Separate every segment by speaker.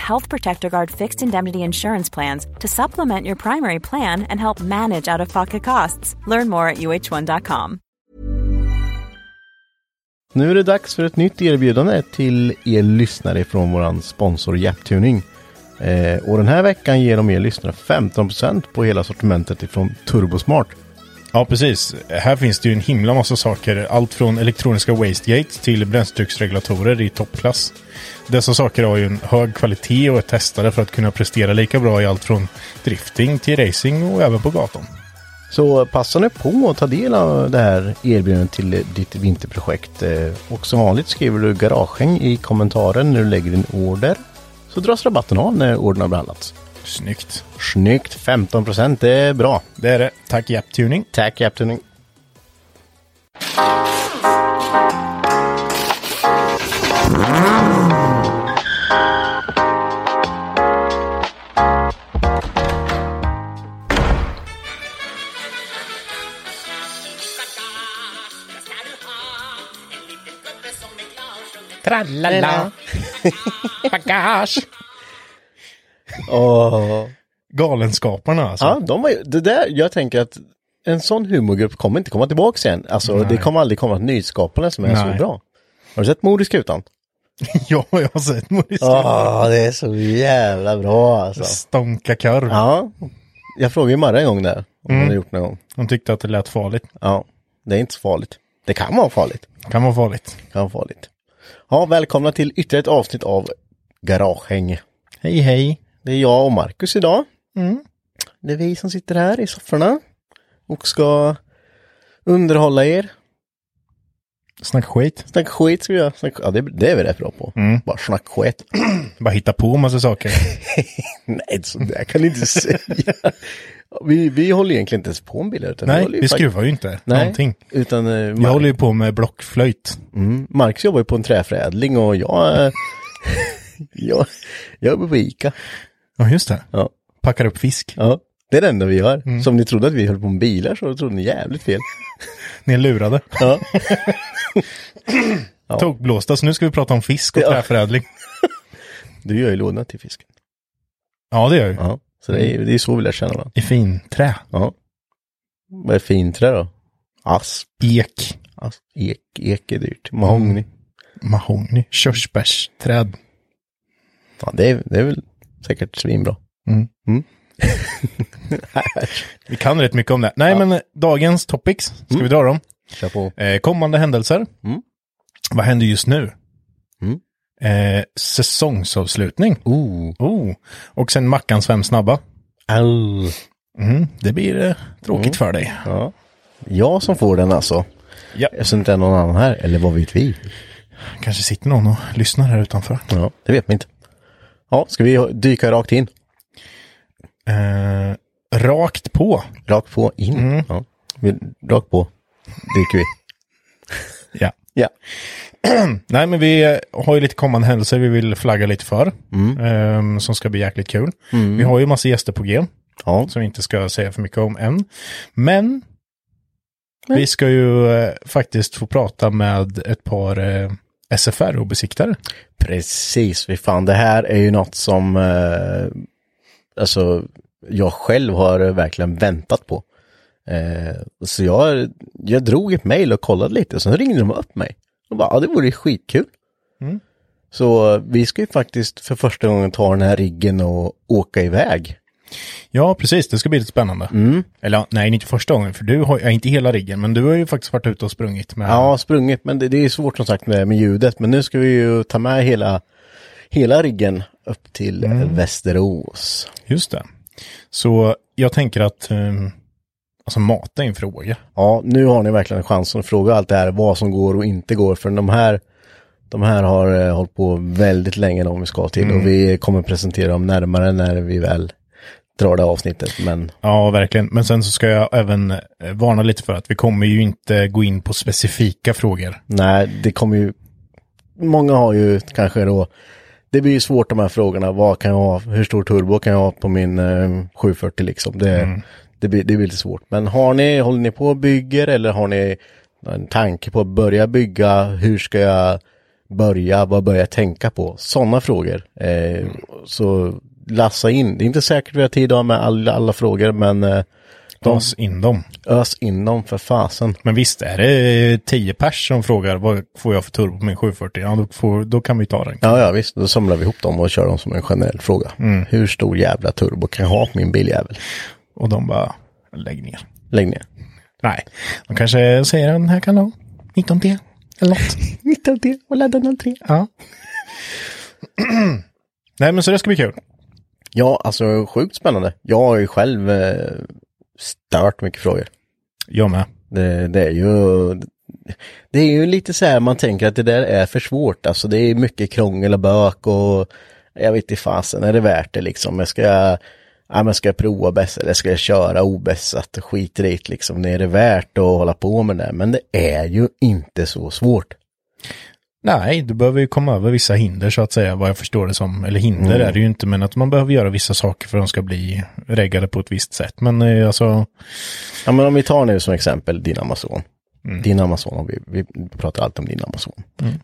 Speaker 1: Health Protector Guard fixed indemnity insurance plans to supplement your primary plan and help manage out of pocket costs. Learn more at uh1.com.
Speaker 2: Nu är det dags för ett nytt erbjudande till er lyssnare från våran sponsor Japtuning. Eh, och den här veckan ger de er lyssnare 15% på hela sortimentet ifrån Turbosmart.
Speaker 3: Ja, precis. Här finns det ju en himla massa saker. Allt från elektroniska wastegates till bränsletrycksregulatorer i toppklass. Dessa saker har ju en hög kvalitet och är testade för att kunna prestera lika bra i allt från drifting till racing och även på gatan.
Speaker 2: Så passa nu på att ta del av det här erbjudandet till ditt vinterprojekt. Eh, Och som vanligt skriver du garagehäng i kommentaren när du lägger din order. Så dras rabatten av när ordern har behandlats.
Speaker 3: Snyggt.
Speaker 2: Snyggt! 15% det är bra.
Speaker 3: Det är det. Tack Japtuning.
Speaker 2: Tack Japtuning.
Speaker 3: Tralala. Bagage.
Speaker 2: Åh.
Speaker 3: Galenskaparna alltså.
Speaker 2: Ja, de var ju, det där, jag tänker att en sån humorgrupp kommer inte komma tillbaka sen. Alltså
Speaker 3: Nej.
Speaker 2: det kommer aldrig komma nyskapande som är så
Speaker 3: Nej.
Speaker 2: bra. Har du sett Mord i skutan?
Speaker 3: Ja, jag har sett Maurice.
Speaker 2: Ja, det är så jävla bra alltså.
Speaker 3: Stånka korv.
Speaker 2: Ja, jag frågade ju Marre en gång där, om hon har gjort någon gång.
Speaker 3: Hon tyckte att det lät farligt.
Speaker 2: Ja, det är inte så farligt. Det kan vara farligt.
Speaker 3: Kan vara farligt.
Speaker 2: Det kan vara farligt. Ja, välkomna till ytterligare ett avsnitt av Garagehäng.
Speaker 3: Hej hej.
Speaker 2: Det är jag och Marcus idag. Mm. Det är vi som sitter här i sofforna och ska underhålla er.
Speaker 3: Snacka skit.
Speaker 2: Snack skit ska vi göra. Snack... Ja, det, det är vi rätt bra på.
Speaker 3: Mm.
Speaker 2: Bara snack skit.
Speaker 3: Bara hitta på massa saker.
Speaker 2: Nej, så där kan ni inte säga. Vi, vi håller egentligen inte ens på med bilar. Utan
Speaker 3: Nej,
Speaker 2: håller ju
Speaker 3: vi
Speaker 2: fakt-
Speaker 3: skruvar ju inte
Speaker 2: Nej,
Speaker 3: någonting.
Speaker 2: Utan eh,
Speaker 3: Jag
Speaker 2: Mar-
Speaker 3: håller ju på med blockflöjt.
Speaker 2: mm, Marcus jobbar ju på en träförädling och jag... eh, jag, jag jobbar på Ica.
Speaker 3: Ja, just det.
Speaker 2: Ja.
Speaker 3: Packar upp fisk.
Speaker 2: ja. Det är det enda vi gör.
Speaker 3: Mm.
Speaker 2: Som ni trodde att vi höll på med bilar så trodde ni jävligt fel.
Speaker 3: Ni är lurade.
Speaker 2: Ja.
Speaker 3: Tokblåsta, så nu ska vi prata om fisk och
Speaker 2: Ja.
Speaker 3: träförädling.
Speaker 2: Du gör ju lådorna till fisken.
Speaker 3: Ja, det gör jag ju.
Speaker 2: Ja. Så det är
Speaker 3: Mm.
Speaker 2: ju det är så vi lär känna varandra.
Speaker 3: I finträ.
Speaker 2: Ja. Vad är finträ då? Asp.
Speaker 3: Ek.
Speaker 2: Asp. Alltså, Ek, ek är dyrt. Mahogny.
Speaker 3: Mahogny. Körsbärsträd.
Speaker 2: Ja, det är, det är väl säkert svinbra.
Speaker 3: Vi kan rätt mycket om det. Nej, men eh, dagens topics, ska
Speaker 2: Mm.
Speaker 3: vi dra dem?
Speaker 2: Kör på.
Speaker 3: Eh, kommande händelser. Vad händer just nu?
Speaker 2: Mm.
Speaker 3: Eh, säsongsavslutning.
Speaker 2: Oh.
Speaker 3: Oh. Och sen Mackans fem snabba.
Speaker 2: Au. Mm.
Speaker 3: Mm, det blir eh, tråkigt för dig.
Speaker 2: Ja. Jag som får den alltså.
Speaker 3: Ja.
Speaker 2: Eftersom det inte är någon annan här. Eller vad vet vi?
Speaker 3: Kanske sitter någon och lyssnar här utanför.
Speaker 2: Ja, det vet man inte. Ja, ska vi dyka rakt in?
Speaker 3: Eh, rakt på.
Speaker 2: Rakt på in? Ja. Vi, rakt på dyker vi.
Speaker 3: Ja.
Speaker 2: Ja.
Speaker 3: Nej, men vi har ju lite kommande händelser vi vill flagga lite för. ehm, som ska bli jäkligt kul. Vi har ju massa gäster på G.
Speaker 2: Ja.
Speaker 3: Som vi inte ska säga för mycket om än. Men vi ska ju eh, faktiskt få prata med ett par eh, SFR-besiktare.
Speaker 2: Precis, vi fan det här är ju något som eh, alltså jag själv har verkligen väntat på. Eh, så jag, jag drog ett mejl och kollade lite, sen ringde de upp mig. De bara, ja det vore ju skitkul. Så vi ska ju faktiskt för första gången ta den här riggen och åka iväg.
Speaker 3: Ja, precis. Det ska bli lite spännande. Eller ja, nej, inte första gången, för du har ja, inte hela riggen, men du har ju faktiskt varit ute och sprungit med...
Speaker 2: Ja, sprungit, men det, det är svårt som sagt med, med ljudet. Men nu ska vi ju ta med hela, hela riggen upp till eh, Västerås.
Speaker 3: Just det. Så jag tänker att... ehm, alltså mat är en fråga.
Speaker 2: Ja, nu har ni verkligen chansen att fråga allt det här, vad som går och inte går. För de här, de här har eh, hållit på väldigt länge de vi ska till. Och vi kommer presentera dem närmare när vi väl drar det här avsnittet. Men
Speaker 3: Ja, verkligen. Men sen så ska jag även eh, varna lite för att vi kommer ju inte gå in på specifika frågor.
Speaker 2: nej, det kommer ju... Många har ju kanske då... Det blir ju svårt de här frågorna. Vad kan jag ha? Hur stor turbo kan jag ha på min eh, 740 liksom? Det, det, blir, det blir lite svårt. Men har ni, håller ni på och bygger eller har ni en tanke på att börja bygga? Hur ska jag börja? Vad börjar jag tänka på? Sådana frågor. Eh, Så lassa in. Det är inte säkert vi har tid att ha med alla, alla frågor men eh, de,
Speaker 3: Tas in dem.
Speaker 2: ös in dem för fasen.
Speaker 3: Men visst är det eh, 10 pers som frågar vad får jag för turbo på min 740? Ja, då, får, då kan vi ta den.
Speaker 2: Ja, ja visst. Då samlar vi ihop dem och kör dem som en generell fråga. Hur stor jävla turbo kan jag ha på min biljävel?
Speaker 3: Och de bara, lägg ner.
Speaker 2: Lägg ner.
Speaker 3: Nej, de kanske säger den här kan ha 19T eller något.
Speaker 2: 19D och ladda 03.
Speaker 3: ja. Nej, men så det ska bli kul.
Speaker 2: Ja, alltså sjukt spännande. Jag har ju själv eh, stört mycket frågor.
Speaker 3: Jag med.
Speaker 2: Det, det är ju... Det är ju lite så här man tänker att det där är för svårt. Alltså det är mycket krångel och bök och jag vet inte fasen, är det värt det liksom? Jag ska, ja, men ska jag prova bäst eller ska jag köra obässat? Skit i det liksom. Det är det värt att hålla på med det? Men det är ju inte så svårt.
Speaker 3: Nej, du behöver ju komma över vissa hinder så att säga, vad jag förstår det som. Eller hinder
Speaker 2: Mm.
Speaker 3: är det ju inte, men att man behöver göra vissa saker för att de ska bli reggade på ett visst sätt. Men eh, alltså,
Speaker 2: Ja men om vi tar nu som exempel din Amazon.
Speaker 3: Mm.
Speaker 2: Din Amazon, och vi, vi pratar alltid om din Amazon.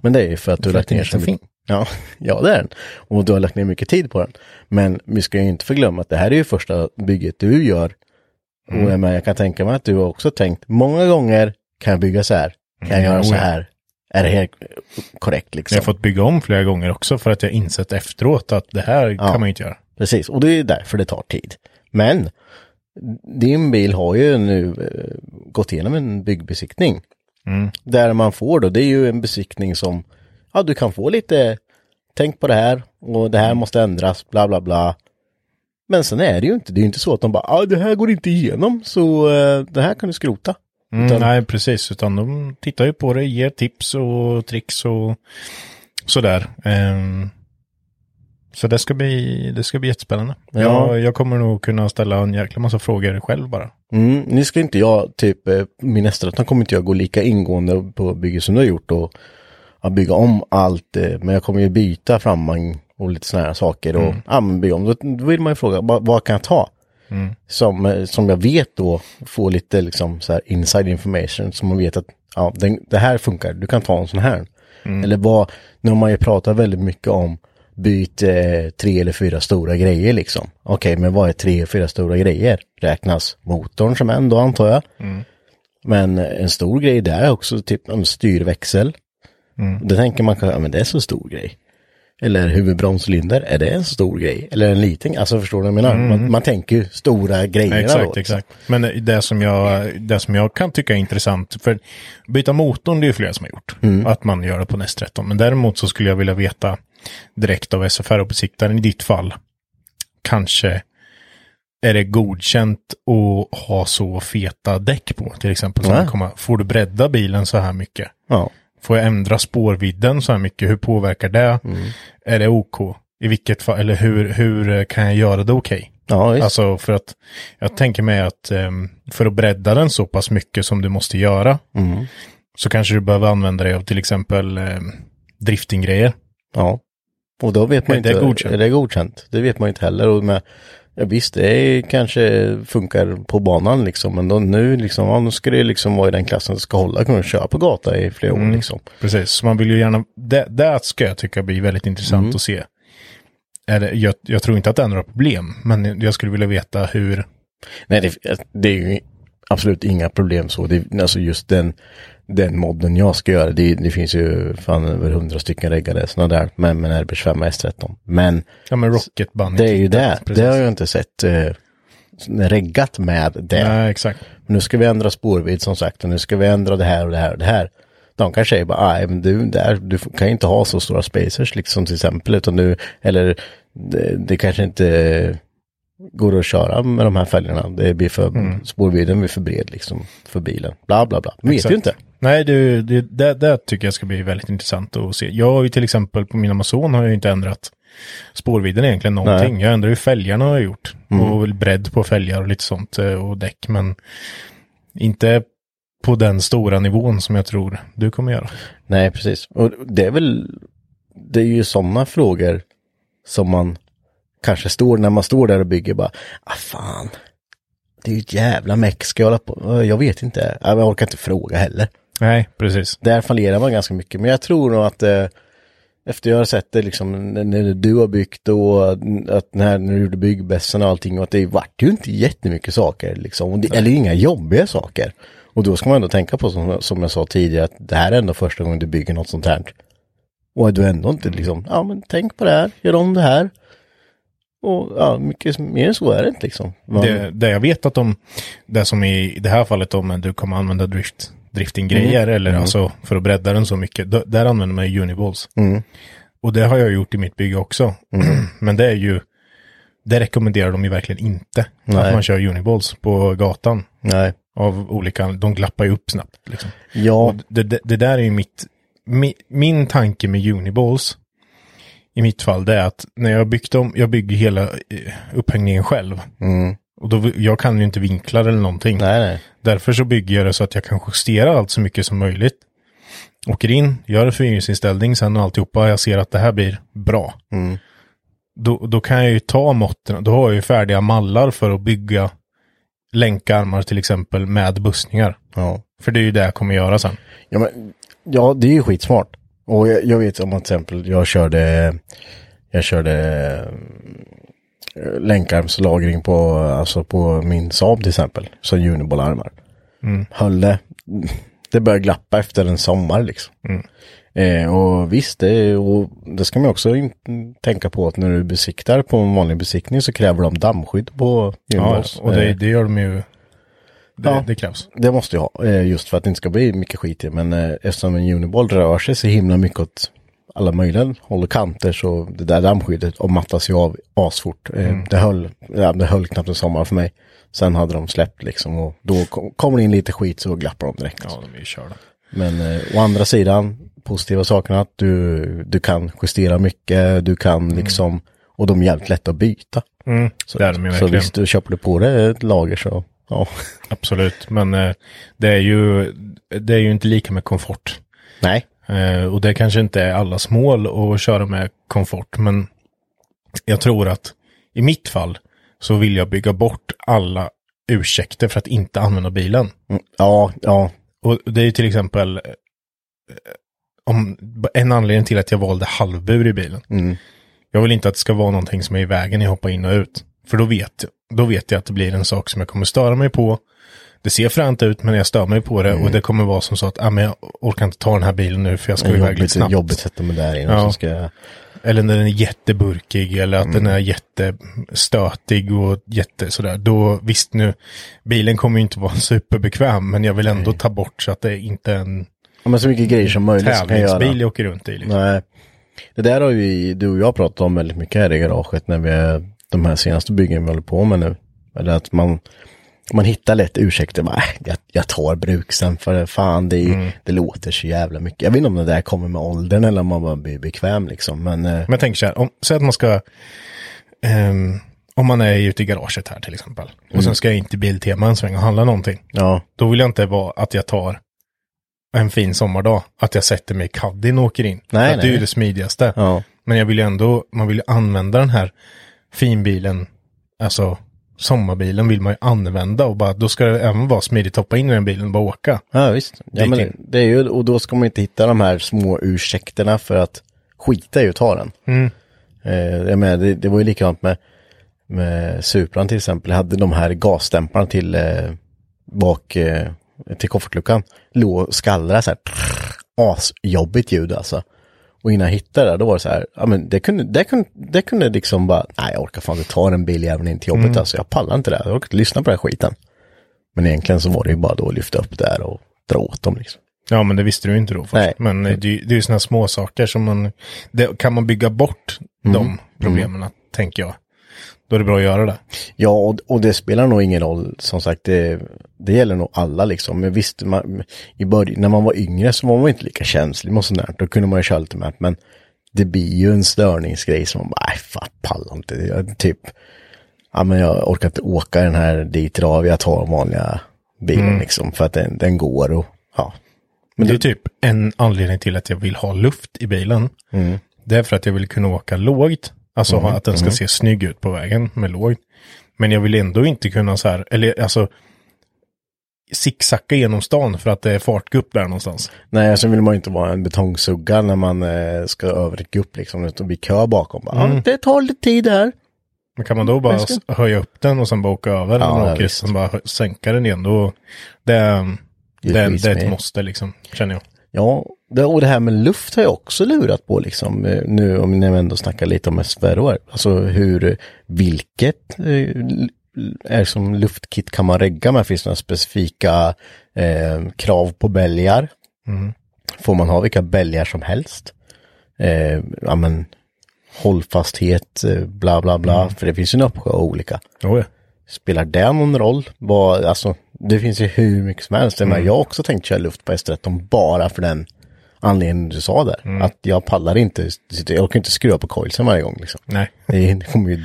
Speaker 2: Men det är ju för att du har
Speaker 3: För
Speaker 2: lagt
Speaker 3: att den
Speaker 2: ner
Speaker 3: Mm. är
Speaker 2: så mycket.
Speaker 3: så fin.
Speaker 2: Ja, ja det är den. Och du har lagt ner mycket tid på den. Men vi ska ju inte förglömma att det här är ju första bygget du gör.
Speaker 3: Mm.
Speaker 2: Och jag, menar, jag kan tänka mig att du har också tänkt, många gånger kan jag bygga så här, kan jag
Speaker 3: Mm,
Speaker 2: göra
Speaker 3: oh
Speaker 2: så
Speaker 3: ja.
Speaker 2: här. Är det helt korrekt liksom?
Speaker 3: jag har fått bygga om flera gånger också för att jag insett efteråt att det här kan man ju inte göra.
Speaker 2: Precis, och det är därför det tar tid. Men din bil har ju nu eh, gått igenom en byggbesiktning. Där man får då, det är ju en besiktning som, ja du kan få lite, tänk på det här och det här måste ändras, bla bla bla. Men sen är det ju inte, det är ju inte så att de bara, ja det här går inte igenom så eh, det här kan du skrota.
Speaker 3: Mm,
Speaker 2: Utan-
Speaker 3: Nej, precis. Utan de tittar ju på det, ger tips och tricks och sådär. Ehm, så det ska bli, det ska bli jättespännande.
Speaker 2: Ja.
Speaker 3: Jag, jag kommer nog kunna ställa en jäkla massa frågor själv bara.
Speaker 2: Mm, nu ska inte jag, typ, eh, min Estratan kommer inte jag gå lika ingående på bygget som du har gjort och ja, bygga om allt. eh, Men jag kommer ju byta framvagn och lite sådana här saker och ja, men bygga om. Då, då vill man ju fråga, vad, vad kan jag ta? Som, eh, som jag vet då får lite liksom så här inside information som man vet att ja, den, det här funkar, du kan ta en sån här. Eller vad, nu har man ju pratat väldigt mycket om byt eh, tre eller fyra stora grejer liksom. Okej, men vad är tre, fyra stora grejer? Räknas motorn som en då antar jag. Men eh, en stor grej där är också typ en styrväxel.
Speaker 3: Mm.
Speaker 2: Då tänker man kanske, ja men det är så stor grej. Eller huvudbromscylinder, är det en stor grej? Eller en liten? Alltså förstår du vad jag menar? Man, man tänker ju stora grejerna då.
Speaker 3: Mm. Exakt,
Speaker 2: liksom.
Speaker 3: exakt. Men eh, det som, jag, det som jag kan tycka är intressant, för byta motorn det är ju flera som har gjort, att man gör det på NES 13. Men däremot så skulle jag vilja veta direkt av SFR och besiktaren i ditt fall, kanske är det godkänt att ha så feta däck på till exempel? Så
Speaker 2: Nej.
Speaker 3: här komma- Får du bredda bilen så här mycket?
Speaker 2: Ja.
Speaker 3: Får jag ändra spårvidden så här mycket? Hur påverkar det? Är det OK? I vilket fall, eller hur, hur kan jag göra det okej?
Speaker 2: Ja, visst.
Speaker 3: Alltså för att jag tänker mig att ehm, för att bredda den så pass mycket som du måste göra
Speaker 2: Mm.
Speaker 3: så kanske du behöver använda dig av till exempel um, driftinggrejer.
Speaker 2: Ja. Och då vet man
Speaker 3: Är det
Speaker 2: inte.
Speaker 3: godkänt?
Speaker 2: Är det godkänt? Det vet man inte heller. Och med, ja, visst, det är, kanske funkar på banan liksom. Men då, nu liksom, ja, nu ska det liksom vara i den klassen som ska hålla. Kunna köra på gata i flera
Speaker 3: Mm.
Speaker 2: år liksom.
Speaker 3: Precis, så man vill ju gärna, det, det ska jag tycka blir väldigt intressant
Speaker 2: Mm.
Speaker 3: att se. Eller, jag, jag tror inte att det är några problem, men jag skulle vilja veta hur,
Speaker 2: Nej, det, det är ju absolut inga problem så. Det, alltså just den, den modden jag ska göra, det, det finns ju fan över hundra stycken reggade sådana där med, med en RB25 och S13. Men
Speaker 3: Ja, men Rocket Bunny.
Speaker 2: det är ju det,
Speaker 3: Precis.
Speaker 2: det har jag inte sett eh, reggat med det.
Speaker 3: Nej, exakt.
Speaker 2: Nu ska vi ändra spårvidd som sagt och nu ska vi ändra det här och det här och det här. De kanske säger bara, nej men du, där, du kan ju inte ha så stora spacers liksom till exempel, utan du, eller det, det kanske inte går att köra med de här fälgarna. Det blir för, spårvidden blir för bred liksom för bilen. Bla bla bla. Men vet
Speaker 3: Exakt.
Speaker 2: ju inte.
Speaker 3: Nej, det, det, det, det tycker jag ska bli väldigt intressant att se. Jag har ju till exempel på min Amazon har jag ju inte ändrat spårvidden egentligen någonting. Jag ändrar ju fälgarna har jag gjort. Och väl bredd på fälgar och lite sånt eh, och däck. Men inte på den stora nivån som jag tror du kommer göra.
Speaker 2: Nej, precis. Och det är väl, det är ju sådana frågor som man kanske står när man står där och bygger bara, ah fan, det är ju ett jävla meck, ska jag hålla på? Jag vet inte, Ja, men jag orkar inte fråga heller.
Speaker 3: Nej, precis.
Speaker 2: Där fallerar man ganska mycket, men jag tror nog att eh, efter jag har sett det liksom, när- när du har byggt och att när när du gjorde byggbässen och allting, och att det vart ju inte jättemycket saker liksom, och det, eller inga jobbiga saker. Och då ska man ändå tänka på, som, som jag sa tidigare, att det här är ändå första gången du bygger något sånt här. Och du ändå inte liksom, ja men tänk på det här, gör om det här. Och ja, mycket mer än så är det inte liksom. Man,
Speaker 3: Det, det jag vet att de, det som i det här fallet om du kommer använda drift, driftinggrejer
Speaker 2: Mm.
Speaker 3: eller alltså för att bredda den så mycket, då, där använder man ju uniballs.
Speaker 2: Mm.
Speaker 3: Och det har jag gjort i mitt bygge också. Men det är ju, det rekommenderar de ju verkligen inte. Att
Speaker 2: Nej.
Speaker 3: man kör uniballs på gatan.
Speaker 2: Nej.
Speaker 3: Av olika, de glappar ju upp snabbt liksom.
Speaker 2: Ja,
Speaker 3: Och det, det, det där är ju mitt, mi, min tanke med Uniballs i mitt fall, det är att när jag byggt dem, jag bygger hela eh, upphängningen själv. Och då, jag kan ju inte vinklar eller någonting.
Speaker 2: Mm. nej nej.
Speaker 3: Därför så bygger jag det så att jag kan justera allt så mycket som möjligt. Åker in, gör en föryngringsinställning sen och alltihopa, jag ser att det här blir bra.
Speaker 2: Mm.
Speaker 3: Då, då kan jag ju ta måtten, då har jag ju färdiga mallar för att bygga länkarmar till exempel med bussningar.
Speaker 2: Ja.
Speaker 3: För det är ju det jag kommer göra sen.
Speaker 2: Ja, men, ja det är ju skitsmart. Och jag, jag vet om att till exempel jag körde, jag körde eh, länkarmslagring på, alltså på min Saab till exempel, som Uniball-armar. Höll det. Det började glappa efter en sommar liksom. Eh, och visst, det, och det ska man också in, tänka på att när du besiktar på en vanlig besiktning så kräver de dammskydd på
Speaker 3: Ja,
Speaker 2: Uniballs.
Speaker 3: och det, det gör de ju. Det,
Speaker 2: Ja.
Speaker 3: det krävs.
Speaker 2: Det måste jag ha, eh, just för att det inte ska bli mycket skit i. Men eh, eftersom en uniball rör sig så himla mycket åt alla möjliga håll och kanter så det där dammskyddet mattas ju av asfort. Eh,
Speaker 3: Mm.
Speaker 2: Det, höll, ja, det höll knappt en sommar för mig. Sen hade de släppt liksom och då kom, kommer det in lite skit så glappar de direkt.
Speaker 3: Ja, de är ju körda.
Speaker 2: Men eh, å andra sidan, positiva sakerna att du, du kan justera mycket, du kan liksom, och de är jävligt lätta att byta.
Speaker 3: Mm,
Speaker 2: Så,
Speaker 3: det är de ju
Speaker 2: så
Speaker 3: verkligen.
Speaker 2: visst, du köper du på dig ett lager så, ja.
Speaker 3: Absolut, men eh, det, är ju, det är ju inte lika med komfort.
Speaker 2: Nej,
Speaker 3: Eh, och det kanske inte är allas mål att köra med komfort, men jag tror att i mitt fall så vill jag bygga bort alla ursäkter för att inte använda bilen.
Speaker 2: Mm, ja, ja,
Speaker 3: Och det är ju till exempel eh, om, en anledning till att jag valde halvbur i bilen.
Speaker 2: Mm.
Speaker 3: Jag vill inte att det ska vara någonting som är i vägen när jag hoppar in och ut. För då vet, då vet jag att det blir en sak som jag kommer störa mig på. Det ser fränt ut men jag stör mig på det
Speaker 2: Mm.
Speaker 3: och det kommer vara som så att ah, men jag orkar inte ta den här bilen nu för jag ska
Speaker 2: Det är
Speaker 3: iväg lite
Speaker 2: jobbigt,
Speaker 3: snabbt.
Speaker 2: jobbigt sätter man där inne.
Speaker 3: Ja.
Speaker 2: och Så ska jag,
Speaker 3: Eller när den är jätteburkig eller att
Speaker 2: Mm.
Speaker 3: den är jättestötig och jätte sådär. Då visst nu, bilen kommer ju inte vara superbekväm men jag vill ändå ta bort så att det inte är en
Speaker 2: ja, men så mycket grejer som möjligt ska jag
Speaker 3: tävlingsbil
Speaker 2: göra.
Speaker 3: jag åker runt i. Liksom.
Speaker 2: Nej. Det där har ju du och jag pratat om väldigt mycket här i garaget när vi är de här senaste byggen vi håller på med nu. Eller att man, man hittar lätt ursäkter. Bara, "Äh, jag, jag tar bruksen för det, fan det, är-
Speaker 3: Mm.
Speaker 2: det låter så jävla mycket. Jag vet inte om det där kommer med åldern eller om man bara blir bekväm liksom. Men eh,
Speaker 3: Men tänk så här, om, säg att man ska, ehm, om man är ute i garaget här till exempel.
Speaker 2: Mm.
Speaker 3: Och sen ska jag in till Biltema en sväng och handla någonting.
Speaker 2: ja,
Speaker 3: Då vill jag inte vara att jag tar en fin sommardag, att jag sätter mig i caddien och åker in.
Speaker 2: Nej,
Speaker 3: För att Det är ju
Speaker 2: nej.
Speaker 3: det smidigaste.
Speaker 2: ja,
Speaker 3: Men jag vill ju ändå, man vill ju använda den här finbilen, alltså sommarbilen vill man ju använda och bara, då ska det även vara smidigt att hoppa in i den bilen och bara åka.
Speaker 2: ja visst. Ja,
Speaker 3: Dit
Speaker 2: men
Speaker 3: in.
Speaker 2: det är ju, och då ska man inte hitta de här små ursäkterna för att skita i att ta den. Eh, jag menar, det, det var ju likadant med, med Supran till exempel. Jag hade de här gasdämparna till eh, bak eh, till koffertluckan låg och skallrade så här. Prr, asjobbigt ljud alltså. Och innan jag hittade det, då var det så här, ja men det kunde, det kunde, det kunde liksom bara, nej jag orkar fan inte ta den biljäveln in till jobbet alltså, jag pallar inte det, här. jag orkar inte lyssna på den här skiten. Men egentligen så var det ju bara då att lyfta upp där och dra åt dem liksom.
Speaker 3: Ja, men det visste du ju inte då. Först.
Speaker 2: Nej.
Speaker 3: Men eh, det, är ju- det är ju sådana små saker som man... Det, kan man bygga bort de problemen, tänker jag. Då är det bra att göra det.
Speaker 2: Ja, och, och det spelar nog ingen roll, som sagt, det, det gäller nog alla liksom. Men visst, man, i början, när man var yngre så var man inte lika känslig mot sånt där, då kunde man ju köra lite med, men det blir ju en störningsgrej som man bara, nej fan, pallar inte, jag, typ, ja men jag orkar inte åka den här dit idag, jag tar den vanliga bilen liksom, för att den, den går och, ja.
Speaker 3: Men det är typ en anledning till att jag vill ha luft i bilen. Det är för att jag vill kunna åka lågt. Alltså att den ska se snygg ut på vägen med lågt. Men jag vill ändå inte kunna så här, eller alltså zigzacka genom stan för att det är fartgupp där någonstans.
Speaker 2: Nej, så vill man ju inte vara en betongsugga när man eh, ska över ett gupp liksom, det blir kö bakom. Bara, ja, det tar lite tid här.
Speaker 3: Men kan man då bara
Speaker 2: Just det.
Speaker 3: s- höja upp den och sen bara åka
Speaker 2: Ja,
Speaker 3: över? Ja,
Speaker 2: ja,
Speaker 3: man åker
Speaker 2: visst.
Speaker 3: sen bara hö- sänka den igen. Då, det, mm, det,
Speaker 2: Det är
Speaker 3: det, är ett
Speaker 2: skitsmidigt.
Speaker 3: måste liksom, känner jag.
Speaker 2: Ja, det, och det här med luft har jag också lurat på liksom eh, nu om ni ändå snackar lite om SFR-år. Alltså hur, eh, vilket eh, l- är som luftkit kan man regga med? Finns det några specifika eh, krav på bälgar? Får man ha vilka bälgar som helst? Eh, ja men hållfasthet, eh, bla bla bla, för det finns ju en uppsjö av olika.
Speaker 3: Oh, ja.
Speaker 2: Spelar det någon roll? Vad, alltså, det finns ju hur mycket som helst. Jag menar, Jag har också tänkt köra luft på S13 bara för den anledningen du sa där. Att jag pallar inte, jag orkar inte skruva på coilsen varje gång liksom.
Speaker 3: Nej.
Speaker 2: Det det kommer ju,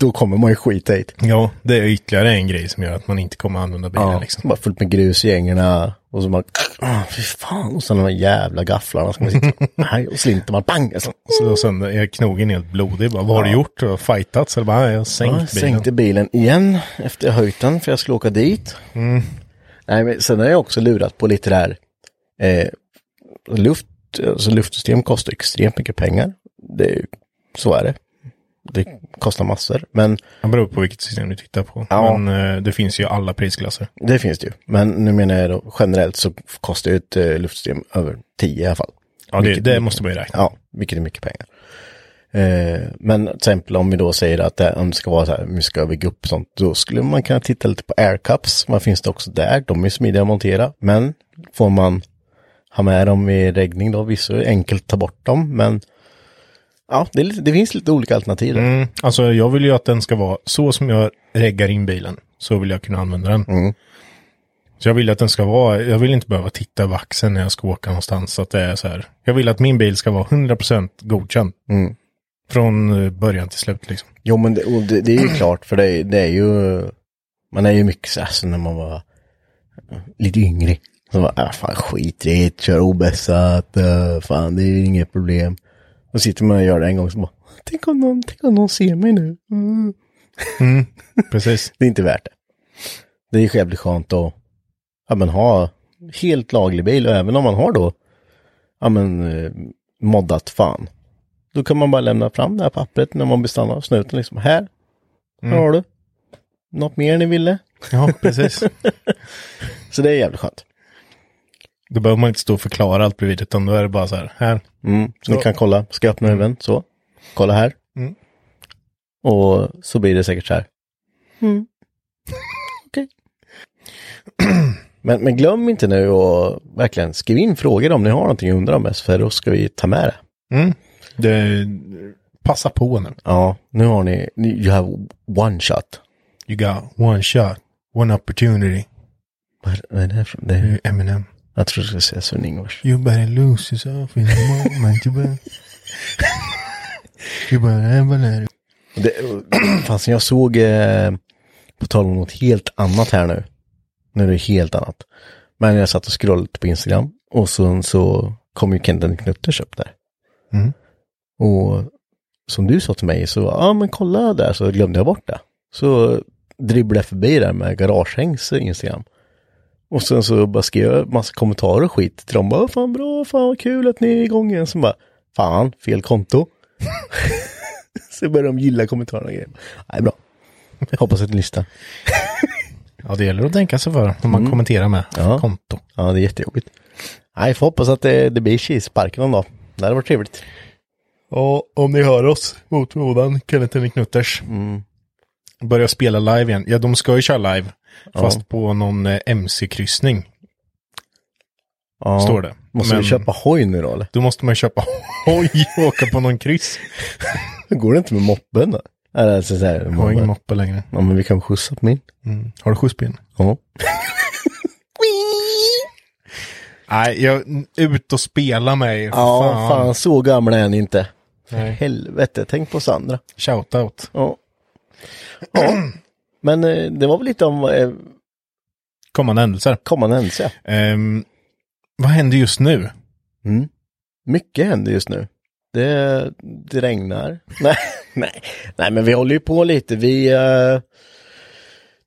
Speaker 2: då kommer man ju skita i det.
Speaker 3: Ja, det är ytterligare en grej som gör att man inte kommer använda bilen. Liksom.
Speaker 2: Bara fullt med grus i gängorna och så man, ah, fy fan, och sen de här jävla gafflarna ska man sitta, nej, och slinter man, pang, och så,
Speaker 3: Så och sen är knogen helt blodig. Bara, vad har du gjort? Har du fightats? Eller bara, "Nej, jag har sänkt
Speaker 2: Ja,
Speaker 3: bilen.
Speaker 2: jag sänkte bilen igen efter jag höjt den för jag skulle åka dit.
Speaker 3: Mm.
Speaker 2: Nej, men sen har jag också lurat på lite där. Eh, luft, alltså luftsystem kostar extremt mycket pengar. Det, så är det. Det kostar massor, men
Speaker 3: Det beror på vilket system du tittar på.
Speaker 2: Ja.
Speaker 3: Men eh, det finns ju alla prisklasser.
Speaker 2: det finns det ju. Men nu menar jag då generellt så kostar ju ett eh, luftsystem över 10 i alla fall.
Speaker 3: Ja, det,
Speaker 2: Vilket-
Speaker 3: det måste man ju räkna.
Speaker 2: Ja, vilket är mycket pengar. Eh, men till exempel om vi då säger att det, om det ska vara så här, vi ska väga upp sånt, då skulle man kunna titta lite på aircups. Vad finns det också där? De är smidiga att montera, men får man ha med dem i regning då, visst är det enkelt att ta bort dem, men ja, det, är lite, det finns lite olika alternativ. där.
Speaker 3: Mm, alltså jag vill ju att den ska vara så som jag reggar in bilen. Så vill jag kunna använda den. Så jag vill att den ska vara, jag vill inte behöva titta över axeln när jag ska åka någonstans. Så att det är så här. Jag vill att min bil ska vara 100% godkänd. Från eh, början till slut liksom.
Speaker 2: Jo, men det, och det, det är ju klart, för det, är- det är ju, man är ju mycket så här, så när man var lite yngre. Så bara, äh, fan skit i det, kör obessat, äh, fan det är ju inget problem. Och sitter man och gör det en gång så bara, tänk om någon, tänk om någon ser mig nu. Mm.
Speaker 3: Precis.
Speaker 2: Det är inte värt det. Det är jävligt skönt att ja, men ha helt laglig bil och även om man har då ja, men, eh, moddat fan. Då kan man bara lämna fram det här pappret när man bestannar snuten. Liksom, här, här har du. Något mer ni ville?
Speaker 3: Ja, precis.
Speaker 2: Så det är jävligt skönt.
Speaker 3: Då behöver man inte stå och förklara allt bredvid, utan då är det bara så här. här.
Speaker 2: Så Mm. ni kan kolla, ska jag öppna huven? Så, kolla här.
Speaker 3: Mm.
Speaker 2: Och så blir det säkert så här. Okej. men, men glöm inte nu och verkligen skriv in frågor om ni har någonting att undra om mest, för då ska vi ta med det.
Speaker 3: Det, passa på nu.
Speaker 2: Ja, nu har ni, ni you have one shot.
Speaker 3: You got one shot, one opportunity.
Speaker 2: Vad vad är det här från? Det är,
Speaker 3: Eminem.
Speaker 2: jag tror du ska säga Sven Ingvars.
Speaker 3: You better lose yourself in the moment you better. you better have a letter.
Speaker 2: Och Det, och- fasen, jag såg, eh, på tal om något helt annat här nu. Nu är det helt annat. Men jag satt och scrollade lite på Instagram och sen så kom ju Kenten Knutters upp där.
Speaker 3: Mm.
Speaker 2: Och som du sa till mig så, ja ah, men kolla där, så glömde jag bort det. Så dribblade jag förbi där med Garagehängs Instagram. Och sen så bara skrev jag massa kommentarer och skit till dem. Bara, fan bra, fan vad kul att ni är igång igen. Som bara, fan, fel konto. så började de gilla kommentarerna och grejer. Nej, bra. Hoppas att ni lyssnar.
Speaker 3: Ja, det gäller att tänka sig för om man kommenterar med
Speaker 2: Mm. Ja.
Speaker 3: konto.
Speaker 2: Ja, det är jättejobbigt. Nej, får hoppas att det, det blir cheeseparken någon dag. Det hade varit trevligt.
Speaker 3: Ja, om ni hör oss mot förmodan, Kenneth och Knutters.
Speaker 2: Mm.
Speaker 3: Börja spela live igen. Ja, de ska ju köra live. Fast på någon eh, MC-kryssning,
Speaker 2: Ja.
Speaker 3: står det.
Speaker 2: Måste
Speaker 3: Men
Speaker 2: vi köpa hoj nu då eller?
Speaker 3: Då måste man ju köpa hoj och åka på någon kryss.
Speaker 2: Går det inte med moppen då? Eller alltså så här,
Speaker 3: Jag har ingen
Speaker 2: mobben.
Speaker 3: moppe längre. Mm.
Speaker 2: Ja, men vi kan skjutsa på min.
Speaker 3: Har du skjuts på in?
Speaker 2: Ja.
Speaker 3: Nej, jag, ut och spela mig.
Speaker 2: Ja,
Speaker 3: fan.
Speaker 2: fan. så gamla är ni inte.
Speaker 3: Nej.
Speaker 2: Helvete, tänk på Sandra.
Speaker 3: Shout out.
Speaker 2: Ja. ja. Men eh, det var väl lite om eh,
Speaker 3: Kommande händelser.
Speaker 2: kommande händelser.
Speaker 3: Ehm, vad händer just nu?
Speaker 2: Mycket händer just nu. Det, det regnar. Nej, nej, nej, men vi håller ju på lite. Vi... Eh,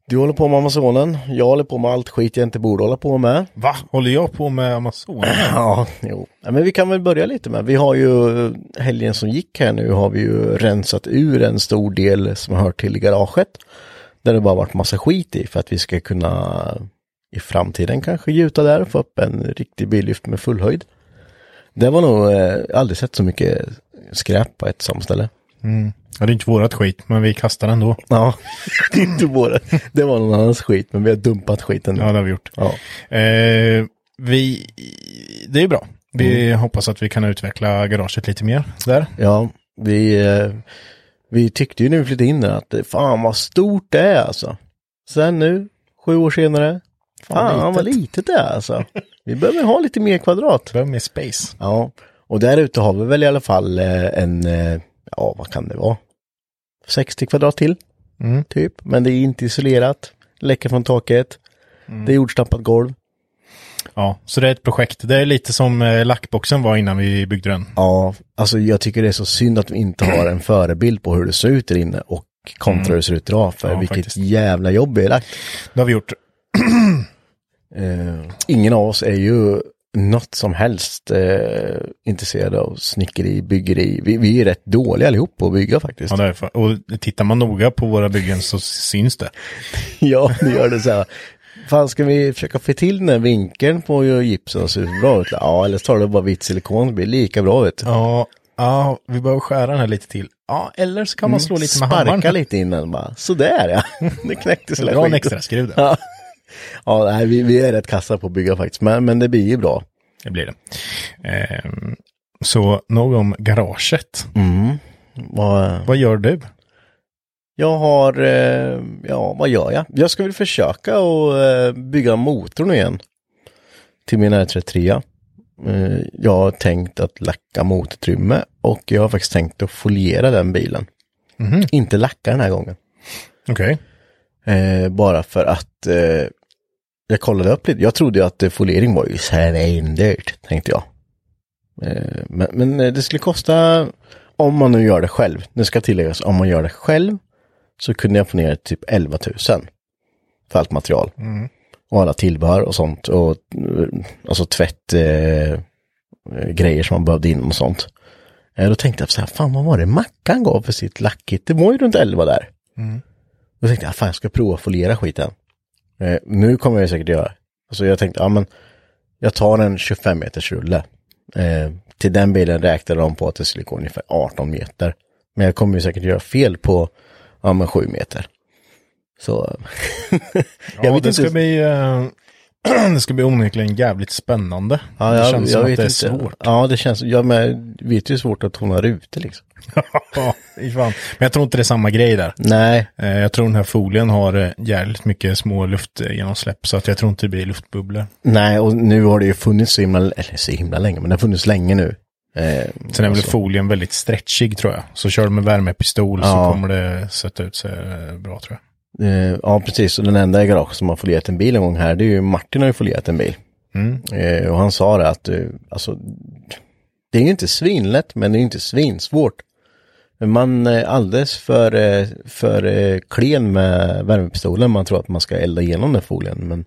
Speaker 2: du håller på med Amazonen. Jag håller på med allt skit jag inte borde hålla på med.
Speaker 3: Va? Håller jag på med Amazon?
Speaker 2: Ja, jo. Ja, men vi kan väl börja lite med. Vi har ju helgen som gick här nu har vi ju rensat ur en stor del som hör till garaget. Där det bara varit massa skit i för att vi ska kunna i framtiden kanske gjuta där och få upp en riktig billyft med full höjd. Det var nog eh, aldrig sett så mycket skräp på ett samställe.
Speaker 3: Ja, det är inte vårat skit, men vi kastar ändå.
Speaker 2: Ja, det är inte våra. Det var någon annans skit men vi har dumpat skiten.
Speaker 3: Ja, det har vi gjort.
Speaker 2: Ja.
Speaker 3: Eh, vi, det är bra. Vi hoppas att vi kan utveckla garaget lite mer där.
Speaker 2: Ja, vi, eh, vi tyckte ju nu vi flyttade in där att det- fan vad stort det är alltså. Sen nu, sju år senare, fan vad litet det är alltså. Vi behöver ha lite mer kvadrat.
Speaker 3: Behöver mer space.
Speaker 2: Ja, och där ute har vi väl i alla fall eh, en, eh, ja vad kan det vara, 60 kvadrat till. Typ, men det är inte isolerat, läcker från taket, det är jordstappat golv.
Speaker 3: Ja, så det är ett projekt. Det är lite som eh, lackboxen var innan vi byggde den.
Speaker 2: Ja, alltså jag tycker det är så synd att vi inte har en förebild på hur det ser ut där inne och kontra hur det ser ut idag. För
Speaker 3: Ja,
Speaker 2: vilket
Speaker 3: faktiskt.
Speaker 2: jävla jobb det är lagt.
Speaker 3: Det har vi gjort.
Speaker 2: Eh, ingen av oss är ju något som helst eh, intresserade av snickeri, byggeri. Vi, vi är rätt dåliga allihop på att bygga faktiskt.
Speaker 3: Ja, det är för, och tittar man noga på våra byggen så syns det.
Speaker 2: Ja, det gör det så här. Fan, ska vi försöka få till den här vinkeln på ju gipsen och se hur bra ut? Ja, eller så tar du bara vitt silikon, det blir lika bra ut.
Speaker 3: Ja, ja vi behöver skära den här lite till. Ja, eller så kan man slå Mm. lite med
Speaker 2: Sparka
Speaker 3: hammaren.
Speaker 2: lite innan bara. Sådär ja, det knäcktes hela
Speaker 3: Dra en
Speaker 2: skiten.
Speaker 3: extra skruv där.
Speaker 2: Ja, ja nej, vi, vi är rätt kassa på att bygga faktiskt, men, men det blir ju bra.
Speaker 3: Det blir det. Ehm, så, nog om garaget.
Speaker 2: Mm. Vad-
Speaker 3: Vad gör du?
Speaker 2: Jag har, eh, ja vad gör jag? Jag ska väl försöka att eh, bygga motorn igen. Till min R33. Eh, Jag har tänkt att lacka motortrymme och jag har faktiskt tänkt att foliera den bilen. Inte lacka den här gången.
Speaker 3: Okej.
Speaker 2: Eh, bara för att eh, jag kollade upp lite. Jag trodde ju att eh, foliering var ju svindyrt, tänkte jag. Eh, men, men eh, det skulle kosta, om man nu gör det själv, nu ska tilläggas, om man gör det själv så kunde jag få ner typ 11 000 för allt material. Och alla tillbehör och sånt. Och eh, alltså tvätt, eh, eh, grejer som man behövde in och sånt. Eh, då tänkte jag så här, fan vad var det Mackan gav för sitt lackigt? Det var ju runt 11 där.
Speaker 3: Mm.
Speaker 2: Då tänkte jag, "Ah, fan jag ska prova att foliera skiten. Eh, nu kommer jag säkert göra. Alltså jag tänkte, ja men jag tar en 25 meters rulle. Eh, till den bilen räknade de på att det skulle gå ungefär 18 meter. Men jag kommer ju säkert göra fel på, ja men 7 meter. Så,
Speaker 3: Ja, det, ska bli, eh, det ska bli onekligen jävligt spännande.
Speaker 2: Ja,
Speaker 3: det
Speaker 2: jag,
Speaker 3: känns
Speaker 2: jag
Speaker 3: som
Speaker 2: vet
Speaker 3: att det är
Speaker 2: inte.
Speaker 3: svårt.
Speaker 2: Ja, det känns, ja men vet ju hur svårt att tona rutor liksom.
Speaker 3: Ja, fy fan. Men jag tror inte det är samma grej där.
Speaker 2: Nej,
Speaker 3: Eh, Jag tror den här folien har eh, jävligt mycket små luftgenomsläpp så att jag tror inte det blir luftbubblor.
Speaker 2: nej och nu har det ju funnits så himla, eller så himla länge, men det har funnits länge nu. Eh,
Speaker 3: Sen är väl
Speaker 2: alltså.
Speaker 3: folien väldigt stretchig tror jag. Så kör du med värmepistol
Speaker 2: Ja.
Speaker 3: så kommer det sätta ut sig eh, bra tror jag.
Speaker 2: Eh, ja, precis. Och den enda i garaget som har folierat en bil en gång här, det är ju Martin har ju folierat en bil. Eh, och han sa det att, eh, alltså, det är ju inte svinlätt, men det är ju inte svinsvårt. Men Man är alldeles för, eh, för eh, klen med värmepistolen. Man tror att man ska elda igenom den folien. Men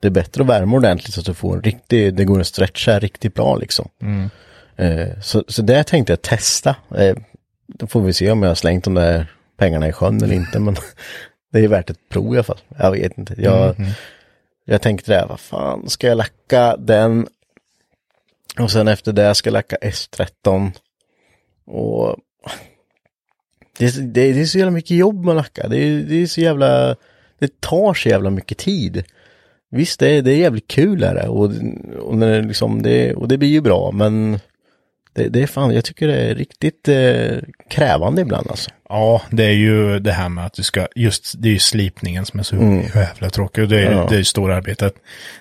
Speaker 2: det är bättre att värma ordentligt så att du får en riktig, det går att stretcha riktigt bra liksom. Eh, så, så det tänkte jag testa. Eh, då får vi se om jag har slängt de där pengarna i sjön eller inte. Men Det är värt ett prov i alla fall. Jag vet inte. Jag, jag tänkte det här, vad fan, ska jag lacka den? Och sen efter det ska jag lacka S13. Och det, det, det är så jävla mycket jobb med att lacka. Det, är- det är så jävla, det tar så jävla mycket tid. Visst, det, är- det är jävligt kul är det. Och, och, när det, liksom, det, och det blir ju bra, men det, det är fan, jag tycker det är riktigt eh, krävande ibland alltså.
Speaker 3: Ja, det är ju det här med att du ska, just det är ju slipningen som är så jävla tråkig. Och Det är, det är ju stora arbetet.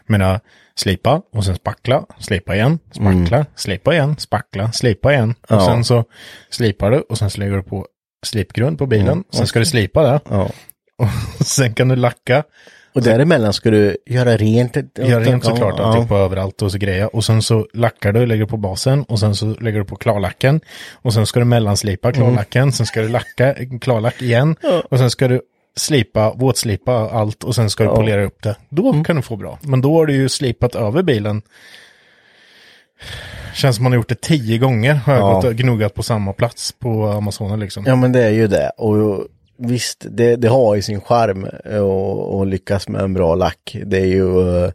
Speaker 3: Men äh, slipa och sen spackla, slipa igen, spackla, slipa igen, spackla, slipa igen. Och sen så slipar du och sen lägger du på slipgrund på bilen. Sen ska du slipa det.
Speaker 2: Ja.
Speaker 3: Och sen kan du lacka,
Speaker 2: Och däremellan ska du göra rent.
Speaker 3: göra rent såklart
Speaker 2: Ja.
Speaker 3: allting på överallt och så grejer. Och sen så lackar du, lägger på basen och sen så lägger du på klarlacken. Och sen ska du mellanslipa
Speaker 2: Mm.
Speaker 3: klarlacken, sen ska du lacka klarlack igen. Och sen ska du slipa, våtslipa allt och sen ska du polera upp det. Då
Speaker 2: Mm.
Speaker 3: kan du få bra. Men då har du ju slipat över bilen. Känns som man har gjort det tio gånger. Har jag
Speaker 2: Ja.
Speaker 3: gått och gnuggat på samma plats på Amazonen liksom.
Speaker 2: Ja men det är ju det. Och visst, det, det har ju sin charm eh, och, och lyckas med en bra lack. Det är ju, eh,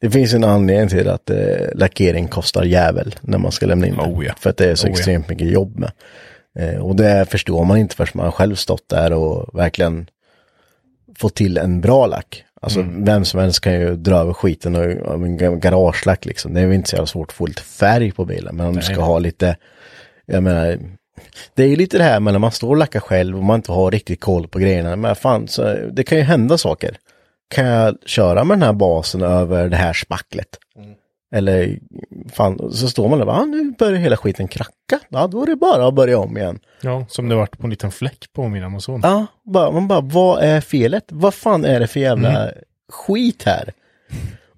Speaker 2: det finns en anledning till att eh, lackering kostar jävel när man ska lämna in den.
Speaker 3: Oh ja.
Speaker 2: För att det är så
Speaker 3: Oh ja.
Speaker 2: extremt mycket jobb med. Eh, och det förstår man inte förrän man själv stått där och verkligen fått till en bra lack. Alltså
Speaker 3: Mm.
Speaker 2: vem som helst kan ju dra över skiten och av en ga- garagelack liksom. Det är väl inte så jävla svårt att få lite färg på bilen. Men om du ska ha lite, jag menar, det är ju lite det här med när man står och lackar själv och man inte har riktigt koll på grejerna. Men fan, så, det kan ju hända saker. Kan jag köra med den här basen över det här spacklet?
Speaker 3: Mm.
Speaker 2: Eller fan, så står man där och bara, ah, nu börjar hela skiten kracka. Ja, då är det bara att börja om igen.
Speaker 3: Ja, som det varit på en liten fläck på min Amazon.
Speaker 2: Ja, bara, man bara, vad är felet? Vad fan är det för jävla skit här?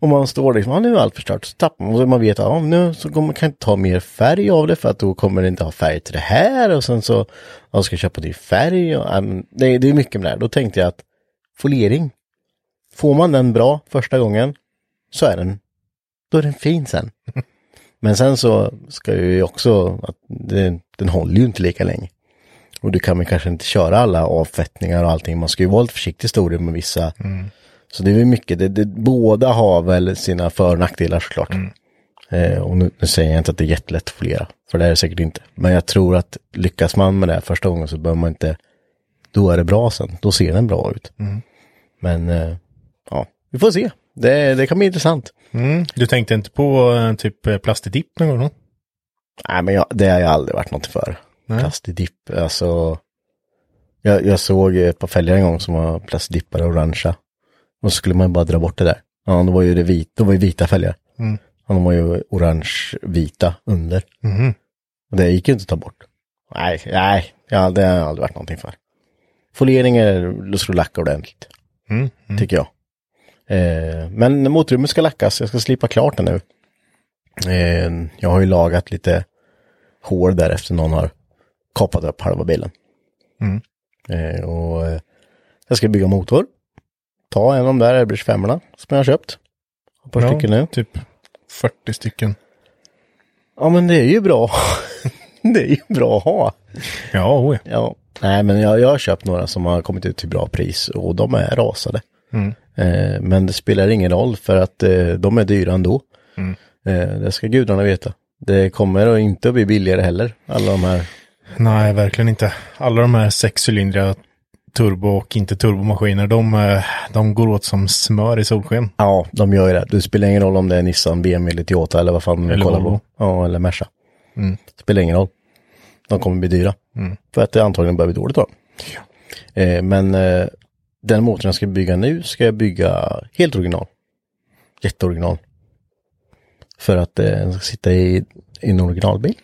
Speaker 2: Och man står liksom, ja nu är allt förstört, så tappar man, och så man vet att ja, nu så kommer, kan jag inte ta mer färg av det för att då kommer det inte ha färg till det här och sen så, jag ska jag köpa ny färg och, ja, men det, det är mycket med det här. Då tänkte jag att foliering, får man den bra första gången så är den, då är den fin sen. Men sen så ska ju också, att det, den håller ju inte lika länge. Och du kan väl kanske inte köra alla avfettningar och allting. Man ska ju vara lite försiktig stor del med vissa. Så det är väl mycket, det, det, båda har väl sina för och nackdelar såklart. Eh, och nu, nu säger jag inte att det är jättelätt att foliera, för det är det säkert inte. Men jag tror att lyckas man med det här första gången så behöver man inte, då är det bra sen, då ser den bra ut. Men eh, ja, vi får se. Det, det kan bli intressant.
Speaker 3: Mm. Du tänkte inte på eh, typ eh, plastdipp någon gång? då?
Speaker 2: Nej, men jag, det har jag aldrig varit något för. Plastdipp, alltså. Jag, jag såg ett par fälgar en gång som var plastdippade orangea. Och så skulle man bara dra bort det där. Ja, de var ju, det vit, de var ju vita fälgar.
Speaker 3: Mm.
Speaker 2: Ja, de var ju orange-vita under.
Speaker 3: Mhm.
Speaker 2: Och det gick ju inte att ta bort. Nej, nej, ja, det har jag aldrig varit någonting för. Foliering är, då ska du lacka ordentligt,
Speaker 3: Mm.
Speaker 2: tycker jag. Eh, men motorrummet ska lackas, jag ska slipa klart det nu. Eh, jag har ju lagat lite hår där efter någon har kapat upp halva bilen.
Speaker 3: Mm.
Speaker 2: Eh, och eh, jag ska bygga motor. Ta en av de där Airbrush 5 som jag har köpt. Ett par stycken nu.
Speaker 3: Typ 40 stycken.
Speaker 2: Ja men det är ju bra. det är ju bra att ha.
Speaker 3: Ja, oj.
Speaker 2: Ja, nej men jag, jag har köpt några som har kommit ut till bra pris och de är rasade. Eh, men det spelar ingen roll för att eh, de är dyra ändå. Eh, det ska gudarna veta. Det kommer att inte att bli billigare heller, alla de här.
Speaker 3: Nej, verkligen inte. Alla de här sexcylindriga turbo och inte turbomaskiner, de, eh, de går åt som smör i solsken.
Speaker 2: Ja, de gör ju det. Det spelar ingen roll om det är Nissan, BMW eller Toyota eller vad fan de
Speaker 3: Eller
Speaker 2: kollar på.
Speaker 3: Volvo. Mm.
Speaker 2: Ja, eller Merca. Spelar ingen roll. De kommer bli dyra. För att det antagligen börjar bli dåligt då. Eh, men eh, den motorn jag ska bygga nu ska jag bygga helt original. Jätteoriginal. För att eh, den ska sitta i, i en originalbil.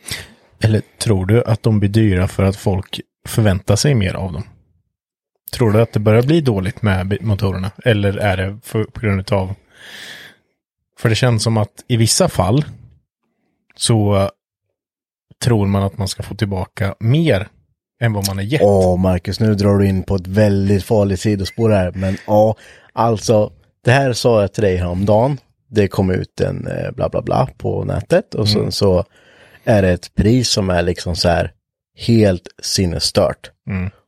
Speaker 3: Eller tror du att de blir dyra för att folk förväntar sig mer av dem? Tror du att det börjar bli dåligt med bi- motorerna? Eller är det för, på grund av... För det känns som att i vissa fall så eh, tror man att man ska få tillbaka mer än vad man är gett.
Speaker 2: Åh, Marcus, nu drar du in på ett väldigt farligt sidospår här. Men ja, alltså, det här sa jag till dig häromdagen. Det kom ut en eh, bla bla bla på nätet och sen
Speaker 3: Mm.
Speaker 2: så är det ett pris som är liksom så här helt sinnesstört.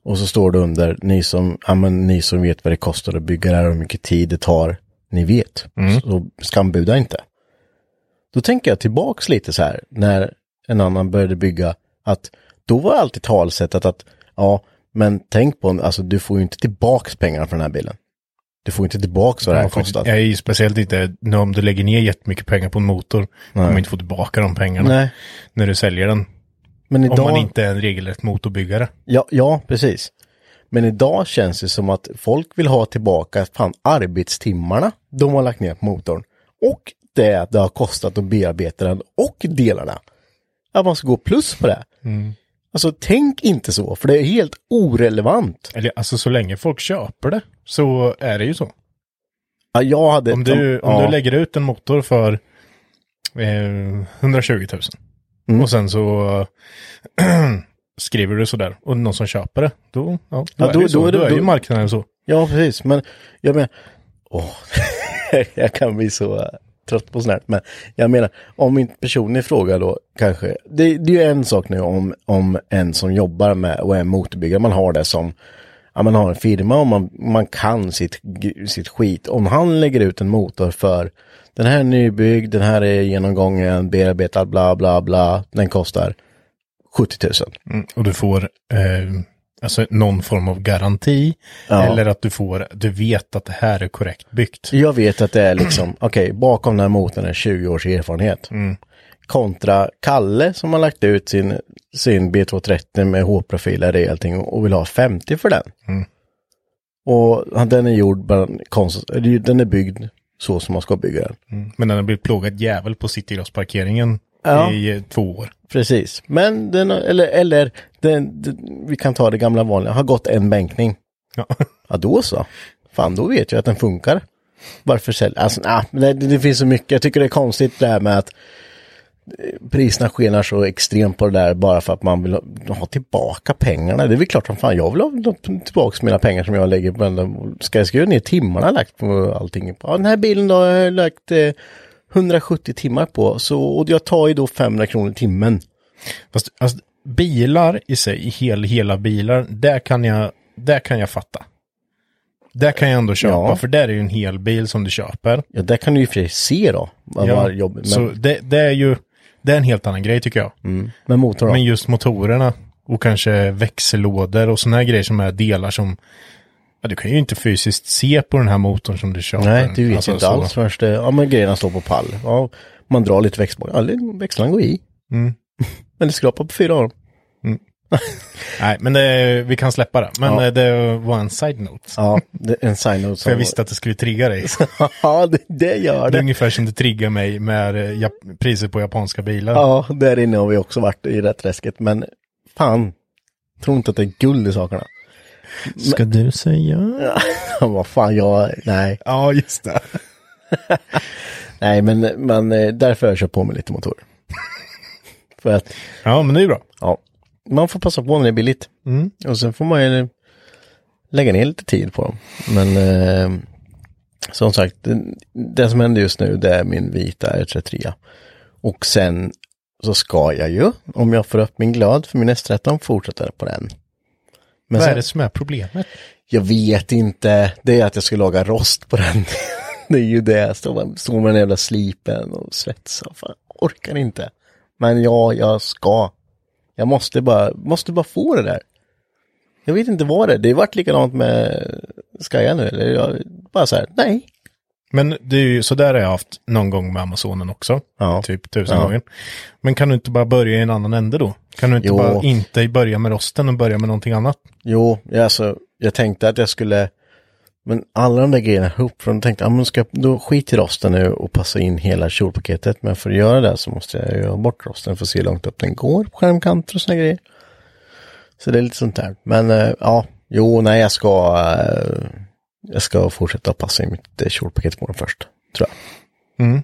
Speaker 2: Och så står det under, ni som, ja, men, ni som vet vad det kostar att bygga det här och hur mycket tid det tar, ni vet.
Speaker 3: Mm.
Speaker 2: Så skambuda inte. Då tänker jag tillbaks lite så här, när en annan började bygga, att då var alltid talsättet att, ja, men tänk på, alltså du får ju inte tillbaks pengarna för den här bilen. Du får inte tillbaks vad det här
Speaker 3: Man får-
Speaker 2: kostat.
Speaker 3: Nej, speciellt inte när om du lägger ner jättemycket pengar på en motor. kommer man inte få tillbaka de pengarna
Speaker 2: Nej,
Speaker 3: när du säljer den.
Speaker 2: men idag...
Speaker 3: Om man inte är en regelrätt motorbyggare.
Speaker 2: Ja, ja, precis. Men idag känns det som att folk vill ha tillbaka fan, arbetstimmarna de har lagt ner på motorn. Och det det har kostat att bearbeta den och delarna. Att man ska gå plus på det.
Speaker 3: Mm.
Speaker 2: Alltså tänk inte så, för det är helt orelevant.
Speaker 3: Eller alltså så länge folk köper det så är det ju så.
Speaker 2: Ja, jag hade...
Speaker 3: Om du, om
Speaker 2: ja,
Speaker 3: du lägger ut en motor för eh, 120 000
Speaker 2: Mm.
Speaker 3: och sen så skriver du sådär och någon som köper det, då, ja, då,
Speaker 2: Ja,
Speaker 3: är,
Speaker 2: då-
Speaker 3: det ju så.
Speaker 2: då är det-
Speaker 3: då är ju
Speaker 2: då-
Speaker 3: marknaden så.
Speaker 2: Ja, precis. Men jag menar... Åh, jag kan bli så eh, trött på sånt här. Men jag menar, om inte personen i fråga då kanske... Det, det är ju en sak nu om, om en som jobbar med och är motorbyggare, man har det som... Ja, man har en firma och man, man kan sitt, g- sitt skit. Om han lägger ut en motor för den här är nybyggd, den här är genomgången, bearbetad, bla bla bla. Den kostar 70 000.
Speaker 3: Mm, och du får eh, alltså någon form av garanti
Speaker 2: Ja.
Speaker 3: eller att du får, du vet att det här är korrekt byggt.
Speaker 2: Jag vet att det är liksom, okej, bakom den här motorn är 20 års erfarenhet. Kontra Kalle som har lagt ut sin, sin B230 med H-profiler i allting och vill ha 50 för den. Och den är gjord bland konst, eller den är byggd så som man ska bygga den.
Speaker 3: Mm. Men den har blivit plågad jävel på Citygrossparkeringen
Speaker 2: Ja.
Speaker 3: i eh, två år.
Speaker 2: Precis, men den, eller, eller den, den, vi kan ta det gamla vanliga, har gått en bänkning.
Speaker 3: Ja.
Speaker 2: Ja, då så. Fan, då vet jag att den funkar. Varför säljer... Alltså, nah, men det, det finns så mycket. Jag tycker det är konstigt det här med att eh, priserna skenar så extremt på det där bara för att man vill ha- ha tillbaka pengarna. Det är väl klart som fan jag vill ha de- tillbaka mina pengar som jag lägger på den. där- Ska jag skriva ner timmarna jag lagt på allting? Ja, den här bilen då har jag lagt eh, 170 timmar på så, och jag tar ju då 500 kronor i timmen.
Speaker 3: Fast alltså, bilar i sig, hel, hela bilar, där kan, jag, där kan jag fatta. Där kan jag ändå köpa,
Speaker 2: Ja.
Speaker 3: för där är ju en hel bil som du köper.
Speaker 2: Ja, där kan du ju i och för sig se då. Vad var jobbigt. Men, Mm.
Speaker 3: Så det, det är ju, det är en helt annan grej tycker jag.
Speaker 2: men motor då?
Speaker 3: Men just motorerna och kanske växellådor och sådana här grejer som är delar som ja, du kan ju inte fysiskt se på den här motorn som du köper.
Speaker 2: Nej, du vet
Speaker 3: Alltså,
Speaker 2: inte
Speaker 3: så.
Speaker 2: alls först. eh, Ja, men grejerna står på pall. Ja, man drar lite växtbak. Ja, det- växlarna går i.
Speaker 3: Mm.
Speaker 2: men det skrapar på fyra år.
Speaker 3: Nej, men det, vi kan släppa det. Men
Speaker 2: Ja.
Speaker 3: eh, det var en side note.
Speaker 2: Ja, det, en sign-out
Speaker 3: För
Speaker 2: som...
Speaker 3: jag visste att det skulle trigga dig.
Speaker 2: ja, det, det gör
Speaker 3: Det är
Speaker 2: det.
Speaker 3: ungefär som det triggar mig med eh, jap- priser på japanska bilar.
Speaker 2: Ja, där inne har vi också varit i det här träsket. Men fan, tror inte att det är guld i sakerna.
Speaker 3: Ska du säga?
Speaker 2: Vad fan, jag... Nej,
Speaker 3: Ja, just det.
Speaker 2: nej, men, men eh, därför har jag kört på mig lite motor. För att
Speaker 3: Ja, men det är bra.
Speaker 2: Ja, man får passa på när det är billigt.
Speaker 3: Mm.
Speaker 2: Och sen får man ju lägga ner lite tid på dem. Men eh, som sagt, det, det som händer just nu det är min vita R33. Och sen så ska jag ju, om jag får upp min glöd för min S13, fortsätta på den. Men
Speaker 3: Vad är
Speaker 2: sen,
Speaker 3: det som är problemet?
Speaker 2: jag vet inte, det är att jag ska laga rost på den. det är ju det, stå med, stå med den jävla slipen och svetsa, fan, orkar inte. Men ja, jag ska. Jag måste bara, måste bara få det där. Jag vet inte vad det är, det har varit likadant med Skaja nu, eller jag, bara så här, nej.
Speaker 3: Men det är ju, så där har jag haft någon gång med Amazonen också.
Speaker 2: Ja.
Speaker 3: Typ tusen
Speaker 2: Ja.
Speaker 3: gånger. Men kan du inte bara börja i en annan ände då? Kan du inte
Speaker 2: Jo.
Speaker 3: bara inte börja med rosten och börja med någonting annat?
Speaker 2: Jo, jag, alltså, jag tänkte att jag skulle, men alla de där grejerna ihop, för de tänkte, ja men ska jag, då skit i rosten nu och passa in hela kjolpaketet, men för att göra det så måste jag ju ha bort rosten för att se hur långt upp den går på skärmkanter och såna grejer. Så det är lite sånt där, men eh, ja, jo, nej, jag ska, eh, jag ska fortsätta att passa in mitt eh, kjolpaket på den först, tror jag.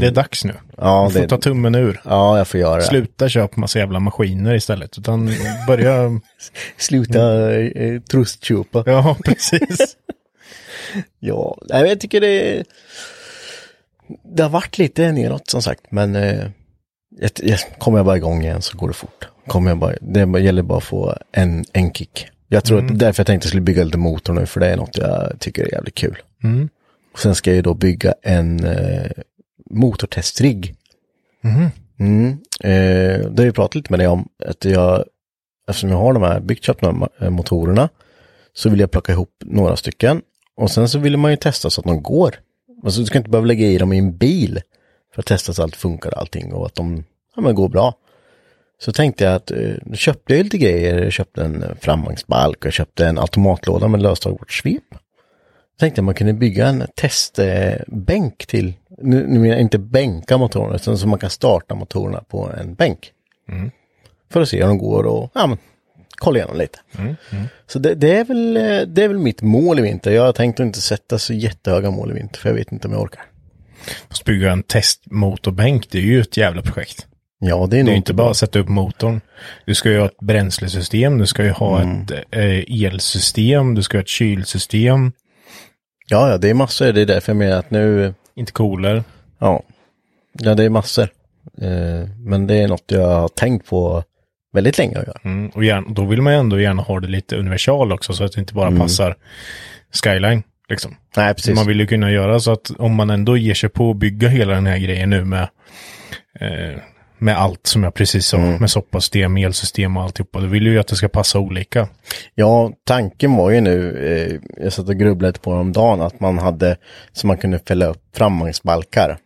Speaker 3: Det är dags nu.
Speaker 2: Mm. Ja,
Speaker 3: du får
Speaker 2: det,
Speaker 3: ta tummen ur.
Speaker 2: ja jag får göra det.
Speaker 3: Sluta köpa massa jävla maskiner istället. Utan börja...
Speaker 2: Sluta
Speaker 3: Mm.
Speaker 2: eh, trustköpa.
Speaker 3: ja, precis.
Speaker 2: Ja, nej, men jag tycker det Det har varit lite neråt som sagt, men eh, jag, jag, kommer jag bara igång igen så går det fort. Kommer jag bara, det gäller bara att få en, en kick. Jag tror att därför jag tänkte jag skulle bygga lite motor nu, för det är något jag tycker är jävligt kul.
Speaker 3: Mm.
Speaker 2: Och sen ska jag ju då bygga en eh, motortestrigg.
Speaker 3: Mhm.
Speaker 2: Mm. Eh, det har jag pratat lite med dig om, att jag, eftersom jag har de här, byggt köpt de här ma- eh, motorerna, så vill jag plocka ihop några stycken. Och sen så vill man ju testa så att de går. Alltså du ska inte behöva lägga i dem i en bil för att testa så att allt funkar och allting och att de ja, men går bra. Så tänkte jag att, eh, då köpte jag lite grejer, jag köpte en eh, framvagnsbalk och jag köpte en automatlåda med löstagbart svep. Tänkte jag man kunde bygga en testbänk till, nu, nu menar jag inte bänka motorerna, utan så man kan starta motorerna på en bänk. För att se hur de går och ja, men, kolla igenom lite. Så det, det, är väl, eh, det är väl mitt mål i vinter. Jag har tänkt att inte sätta så jättehöga mål i vinter, för jag vet inte om jag orkar.
Speaker 3: Fast bygga en testmotorbänk, det är ju ett jävla projekt.
Speaker 2: Ja, det är
Speaker 3: Det är
Speaker 2: nog
Speaker 3: ju inte bara att sätta upp motorn. Du ska ju ha ett bränslesystem, du ska ju ha ett
Speaker 2: Mm.
Speaker 3: eh, elsystem, du ska ha ett kylsystem,
Speaker 2: Ja, ja, det är massor. Det är därför jag menar att nu,
Speaker 3: inte cooler.
Speaker 2: ja, ja det är massor. Eh, men det är något jag har tänkt på väldigt länge att göra.
Speaker 3: Mm, och gärna, då vill man ju ändå gärna ha det lite universal också så att det inte bara passar skyline. Liksom.
Speaker 2: Mm. Nej, precis.
Speaker 3: Man vill ju kunna göra så att om man ändå ger sig på att bygga hela den här grejen nu med, eh, med allt som jag precis sa,
Speaker 2: Mm.
Speaker 3: med soppasystem, elsystem och alltihopa, då vill du ju att det ska passa olika.
Speaker 2: Ja, tanken var ju nu, eh, jag satt och grubblade lite på det om dagen, att man hade, så man kunde fälla upp framvagnsbalkar.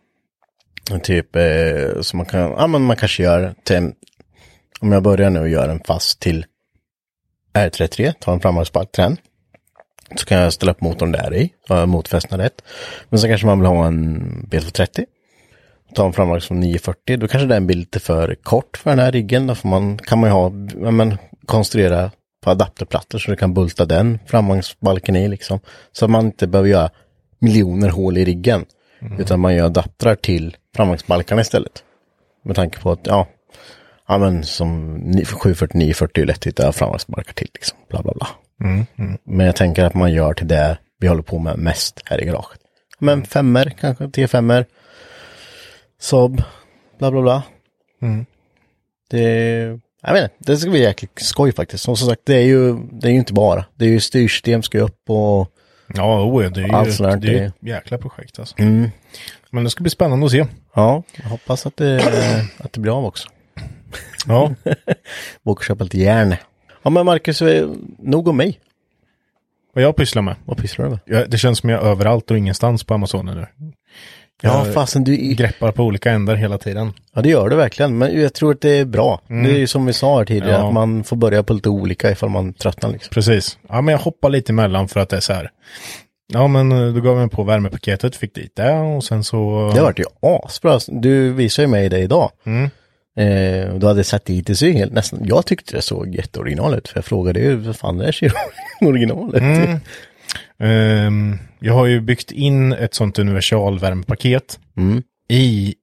Speaker 2: Och Typ, eh, så man kan, ja men man kanske gör, till, en- om jag börjar nu och gör en fast till R33, tar en framvagnsbalk till den. Så kan jag ställa upp motorn där i, så har jag motfästna rätt. Men så kanske man vill ha en B230. Ta en framvagn som 940, då kanske den blir lite för kort för den här riggen. Då får man, kan man ju ha, ja, men, konstruera på adapterplattor så du kan bulta den framvagnsbalken i liksom. Så att man inte behöver göra miljoner hål i riggen. Utan man gör adaptrar till framvagnsbalkarna istället. Med tanke på att, ja, ja men som ni- 740, 940 är lätt att hitta framvagnsbalkar till liksom. Bla bla bla. Men jag tänker att man gör till det vi håller på med mest här i garaget. Men femmer kanske, t 5 Saab, bla bla bla. Mm. Det, jag vet inte, det ska bli jäkligt skoj faktiskt. Och som sagt, det är ju, det är ju inte bara. Det är ju styrsystem ska ju upp och
Speaker 3: Ja, oh, det är ju
Speaker 2: Allt sånt här,
Speaker 3: ett, det är ju
Speaker 2: det- Mm.
Speaker 3: ett jäkla projekt alltså. Men det ska bli spännande att se.
Speaker 2: ja, jag hoppas att det, att det blir av också.
Speaker 3: Ja,
Speaker 2: Och köpa lite järn. Ja men Marcus, eh, nog om mig.
Speaker 3: vad jag pysslar med.
Speaker 2: Vad pysslar du med?
Speaker 3: Jag, det känns som jag är överallt och ingenstans på Amazon nu.
Speaker 2: Ja,
Speaker 3: Jag-
Speaker 2: fasen du,
Speaker 3: Greppar på olika ändar hela tiden.
Speaker 2: ja det gör du verkligen. Men jag tror att det är bra. Det är ju som vi sa här tidigare,
Speaker 3: Ja.
Speaker 2: att man får börja på lite olika ifall man tröttnar liksom.
Speaker 3: Precis. Ja, men jag hoppar lite emellan för att det är så här. Ja, men eh, då gav jag mig på värmepaketet, fick dit det och sen så...
Speaker 2: Det har varit ju asbra. Du visade ju mig det idag.
Speaker 3: Mm.
Speaker 2: Eh, och du hade satt dit det så helt nästan. Jag tyckte det såg jätteoriginal ut. För jag frågade ju, vad fan det här ser ju original ut.
Speaker 3: Mm. Ehm, jag har ju byggt in ett sånt universal värmepaket
Speaker 2: Mm.
Speaker 3: i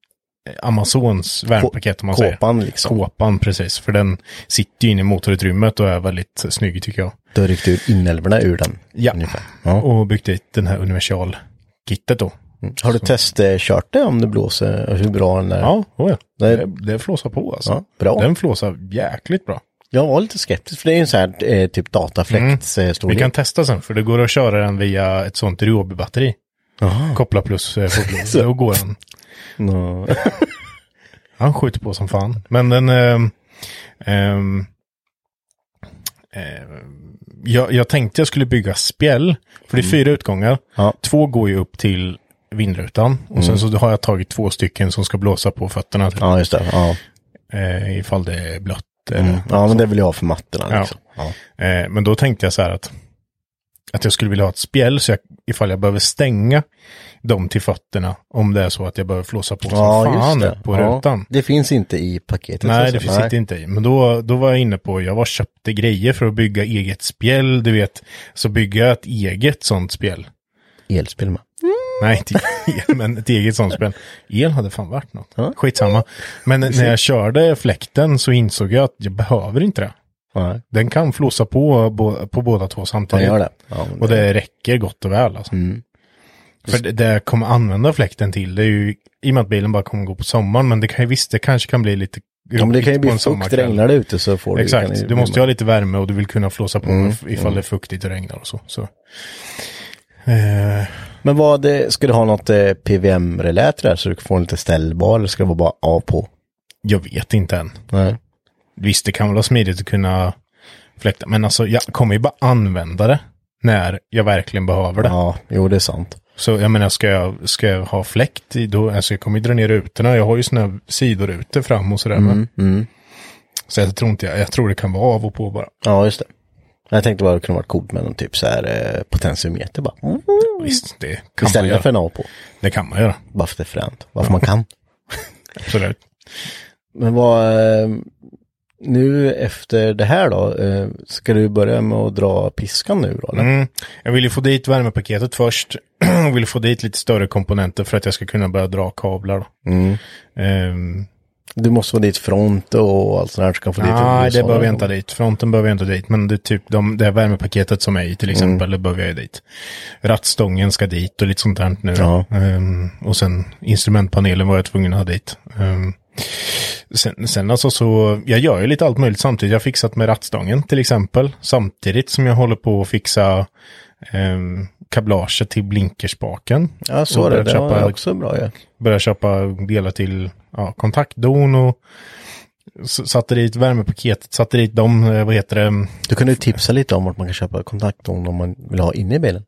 Speaker 3: Amazons värmepaket om man säger.
Speaker 2: Kåpan liksom.
Speaker 3: Kåpan, precis. För den sitter ju inne i motorutrymmet och är väldigt snygg tycker jag.
Speaker 2: Då ryckte du inälvorna ur den.
Speaker 3: Ja.
Speaker 2: Ungefär. Ja. Mm.
Speaker 3: Och byggt dit den här universal-kittet då.
Speaker 2: Har du testkört det om det blåser? Hur bra den är?
Speaker 3: Ja, oh ja.
Speaker 2: Det-
Speaker 3: Det, det flåsar på alltså.
Speaker 2: Ja, bra.
Speaker 3: Den flåsar jäkligt bra.
Speaker 2: Jag var lite skeptisk för det är ju en sån här eh, typ datafläkts eh,
Speaker 3: Vi
Speaker 2: storlek.
Speaker 3: kan testa sen, för det går att köra den via ett sånt Ryobi-batteri. Koppla plus eh, på Då går den.
Speaker 2: Nå.
Speaker 3: Han skjuter på som fan. Men den... ehm, ehm, ehm, jag, jag tänkte jag skulle bygga spjäll, för det är fyra utgångar.
Speaker 2: Mm. Ja. Mm.
Speaker 3: Två går ju upp till vindrutan och sen så har jag tagit två stycken som ska blåsa på fötterna typ,
Speaker 2: ja, just det. Ja.
Speaker 3: eh, ifall det är blött.
Speaker 2: Mm.
Speaker 3: eller
Speaker 2: ja, men det vill jag ha för mattorna.
Speaker 3: Ja.
Speaker 2: Liksom. Ja.
Speaker 3: Eh, men då tänkte jag så här att, att jag skulle vilja ha ett spjäll så jag, ifall jag behöver stänga dem till fötterna om det är så att jag behöver flåsa på som
Speaker 2: Ja, just
Speaker 3: fan
Speaker 2: det.
Speaker 3: på
Speaker 2: ja.
Speaker 3: rutan.
Speaker 2: Det finns inte i paketet.
Speaker 3: Nej,
Speaker 2: alltså.
Speaker 3: det finns inte inte i. Men då, då var jag inne på, jag var och köpte grejer för att bygga eget spjäll, du vet. Så bygga ett eget sånt spjäll.
Speaker 2: Elspel med.
Speaker 3: Nej, inte el, men ett eget sånt spel. El hade fan varit något. Skitsamma. Men när jag körde fläkten så insåg jag att jag behöver inte det.
Speaker 2: Nej.
Speaker 3: Den kan flåsa på, bo- på båda två samtidigt.
Speaker 2: Man gör det. Mm. Ja, men
Speaker 3: Och det räcker gott och väl alltså. För det, det jag kommer använda fläkten till, det är ju i och med att bilen bara kommer gå på sommaren, men det kan ju visst, det kanske kan bli lite
Speaker 2: Ja, men det kan ju
Speaker 3: på
Speaker 2: bli
Speaker 3: en
Speaker 2: fukt,
Speaker 3: sommarkväll.
Speaker 2: regnar det ute så får du... kan ju- Mm,
Speaker 3: Exakt, du måste ju ha lite värme och du vill kunna flåsa på ifall det är fuktigt och regnar och så. så. Eh,
Speaker 2: Men vad, eh, ska du ha något eh, PVM-relät där så du får en lite ställbar eller ska det vara bara av på?
Speaker 3: jag vet inte än.
Speaker 2: Nej.
Speaker 3: Visst, det kan vara smidigt att kunna fläkta, men alltså jag kommer ju bara använda det när jag verkligen behöver det.
Speaker 2: Ja, jo det är sant.
Speaker 3: Så jag menar, ska jag, ska jag ha fläkt i då, alltså jag kommer ju dra ner rutorna, jag har ju sådana här sidorutor fram och sådär. Mm, Så jag tror inte, jag, jag tror det kan vara av och på bara.
Speaker 2: Ja, just det. Jag tänkte bara det kunde varit coolt med någon typ så här eh, potentiometer bara.
Speaker 3: Mm. Visst, det kan man
Speaker 2: Istället
Speaker 3: göra.
Speaker 2: för en A på.
Speaker 3: Det kan man göra,
Speaker 2: Bara för att det är fränt. Varför man kan.
Speaker 3: absolut.
Speaker 2: Men vad, eh, nu efter det här då, eh, ska du börja med att dra piskan nu då? Eller?
Speaker 3: Mm. Jag vill ju få dit värmepaketet först. Jag vill få dit lite större komponenter för att jag ska kunna börja dra kablar. Ehm,
Speaker 2: Du måste få dit front och allt sånt här. Ska få dit
Speaker 3: nej, det
Speaker 2: typ USA.
Speaker 3: behöver jag inte ha dit. Fronten behöver jag inte ha dit. Men det, är typ de, det här värmepaketet som är i
Speaker 2: Mm.
Speaker 3: till exempel, det behöver jag ju dit. Rattstången ska dit och lite sånt där nu.
Speaker 2: Ja.
Speaker 3: Ehm, och sen instrumentpanelen var jag tvungen att ha dit. Ehm, sen, sen alltså så, jag gör ju lite allt möjligt samtidigt. Jag har fixat med rattstången till exempel. Samtidigt som jag håller på att fixa ehm, kablaget till blinkerspaken.
Speaker 2: Ja, så
Speaker 3: Och
Speaker 2: var det.
Speaker 3: börjat
Speaker 2: Det var
Speaker 3: köpa-
Speaker 2: också bra ju.
Speaker 3: började köpa delar till ja, kontaktdon och s- satte dit värmepaketet, satte dit dem, eh, vad heter det,
Speaker 2: Du kunde ju tipsa lite om vart man kan köpa kontaktdon om man vill ha inne i bilen.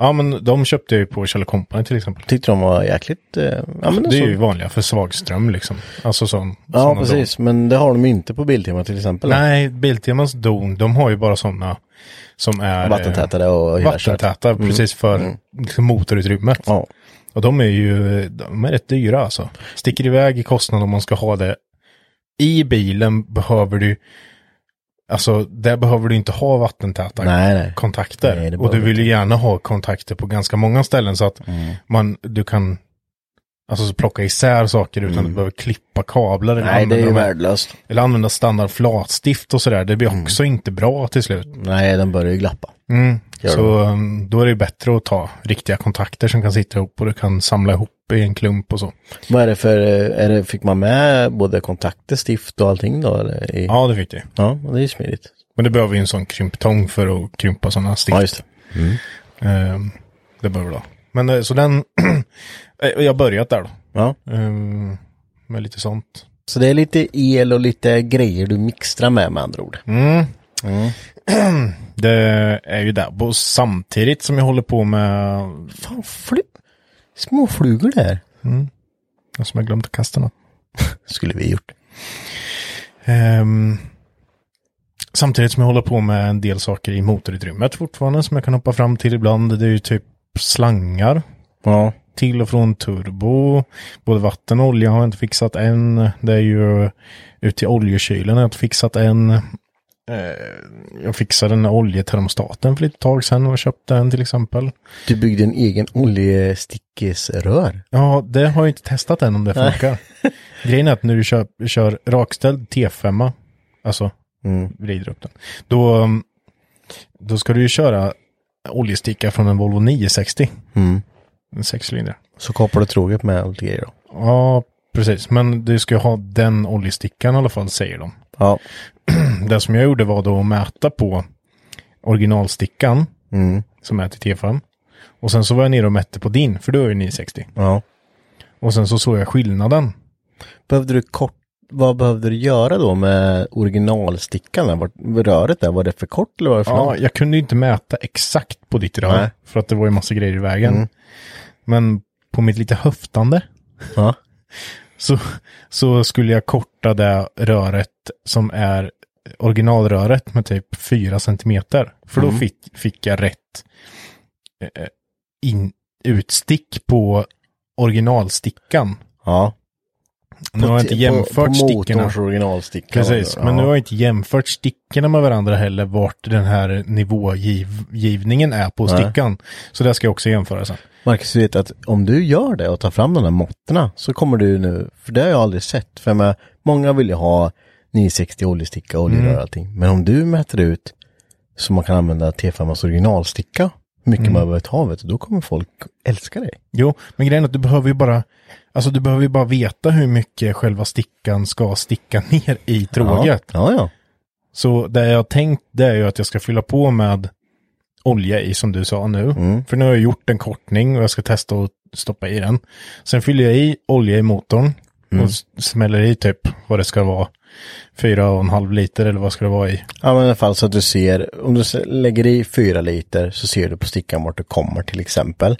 Speaker 3: ja men de köpte jag ju på Kjell Company till exempel.
Speaker 2: Tyckte de var jäkligt... Eh, ja, men
Speaker 3: det är
Speaker 2: så-
Speaker 3: ju vanliga för svagström liksom. Alltså sån.
Speaker 2: Ja,
Speaker 3: såna
Speaker 2: precis. Men det har de inte på Biltema till exempel.
Speaker 3: Don. Nej, Biltemas don, de har ju bara sådana som är
Speaker 2: Vattentätare och
Speaker 3: eh,
Speaker 2: hela köret.
Speaker 3: vattentäta precis för liksom, motorutrymmet.
Speaker 2: Ja.
Speaker 3: Och de är ju, de är rätt dyra alltså. Sticker iväg i kostnad om man ska ha det. I bilen behöver du, alltså där behöver du inte ha vattentäta
Speaker 2: Nej, nej.
Speaker 3: kontakter.
Speaker 2: Nej, det
Speaker 3: och du
Speaker 2: behöver Mm.
Speaker 3: vill ju gärna ha kontakter på ganska många ställen så att man, du kan alltså, så plocka isär saker utan att behöva klippa kablar. Eller,
Speaker 2: Mm. Nej, det är
Speaker 3: använda,
Speaker 2: ju
Speaker 3: de här-
Speaker 2: värdelöst.
Speaker 3: eller använda standard flatstift och sådär. Det blir
Speaker 2: Mm.
Speaker 3: också inte bra till slut.
Speaker 2: Nej, den börjar ju glappa.
Speaker 3: Mm.
Speaker 2: Gör
Speaker 3: Så um, då är det bättre att ta riktiga kontakter som kan sitta ihop och du kan samla ihop i en klump och så.
Speaker 2: Vad är det för, eh, är det, fick man med både kontakter, stift och allting då? Eller? I,
Speaker 3: Ja, det fick du.
Speaker 2: ja. Det är ju smidigt.
Speaker 3: Men det behöver ju en sån krymptång för att krympa sådana stift.
Speaker 2: Ja, just det.
Speaker 3: Ehm, det behöver du ha. Men eh, så den, eh, jag har börjat där då.
Speaker 2: Ja.
Speaker 3: Ehm, med lite sånt.
Speaker 2: Så det är lite el och lite grejer du mixtrar med med andra ord.
Speaker 3: Mm. Det är ju där. Och samtidigt som jag håller på med,
Speaker 2: Fan, fly... små flugor där.
Speaker 3: som jag glömt att kasta något.
Speaker 2: Skulle vi gjort.
Speaker 3: Ehm, samtidigt som jag håller på med en del saker i motorutrymmet fortfarande som jag kan hoppa fram till ibland. Det är ju typ slangar
Speaker 2: Ja.
Speaker 3: till och från turbo. Både vatten och olja har jag inte fixat än. Det är ju ut till oljekylen har jag inte fixat än. Eh, Jag fixade den här oljetermostaten för lite tag sedan och köpte den till exempel.
Speaker 2: Du byggde en egen oljestickesrör.
Speaker 3: Ja, det har jag inte testat än om det funkar. Grejen är att när du kör, kör rakställd T5, alltså vrider upp den, då, um, då ska du ju köra oljesticka från en Volvo 960. En sexcylinder.
Speaker 2: Så kapar du tråget med och lite grejer då.
Speaker 3: Ja, precis. Men du ska ju ha den oljestickan i alla fall, säger de.
Speaker 2: Ja.
Speaker 3: Det som jag gjorde var då att mäta på originalstickan som är till T5. Och sen så var jag nere och mätte på din, för du är ju 960.
Speaker 2: ja.
Speaker 3: Och sen så såg jag skillnaden.
Speaker 2: Behövde du kort... Vad behövde du göra då med originalstickan? Där? Vart- Röret där, var det för kort eller vad var det för
Speaker 3: Ja,
Speaker 2: långt?
Speaker 3: jag kunde ju inte mäta exakt på ditt rör.
Speaker 2: Nej. Mm.
Speaker 3: För att det var ju massa grejer i vägen. Men på mitt lite höftande
Speaker 2: Ja.
Speaker 3: så, så skulle jag korta det röret som är originalröret med typ 4 centimeter. För
Speaker 2: Mm.
Speaker 3: då fick, fick jag rätt eh, in, utstick på originalstickan.
Speaker 2: ja.
Speaker 3: Nu har jag inte jämfört
Speaker 2: på, på
Speaker 3: stickorna.
Speaker 2: motorns originalsticka.
Speaker 3: Precis,
Speaker 2: Ja.
Speaker 3: men nu har jag inte jämfört stickorna med varandra heller vart den här nivågivningen är på stickan. Så det ska jag också jämföra sen.
Speaker 2: Marcus, du vet att om du gör det och tar fram de där måtterna så kommer du nu, för det har jag aldrig sett, för jag menar, många vill ju ha 960
Speaker 3: Mm.
Speaker 2: oljesticka, oljerör och allting. Men om du mäter ut så man kan använda T5 originalsticka mycket
Speaker 3: Mm.
Speaker 2: man behöver ta, vet du, då kommer folk älska dig.
Speaker 3: Jo, men grejen är att du behöver ju bara, alltså du behöver ju bara veta hur mycket själva stickan ska sticka ner i tråget.
Speaker 2: Ja, ja. ja.
Speaker 3: Så det jag har tänkt det är ju att jag ska fylla på med olja i som du sa nu. För nu har jag gjort en kortning och jag ska testa att stoppa i den. Sen fyller jag i olja i motorn och s- smäller i typ vad det ska vara. Fyra och en halv liter eller vad ska det vara i.
Speaker 2: Ja, men i alla fall så att du ser, om du s- lägger i fyra liter så ser du på stickan vart du kommer till exempel.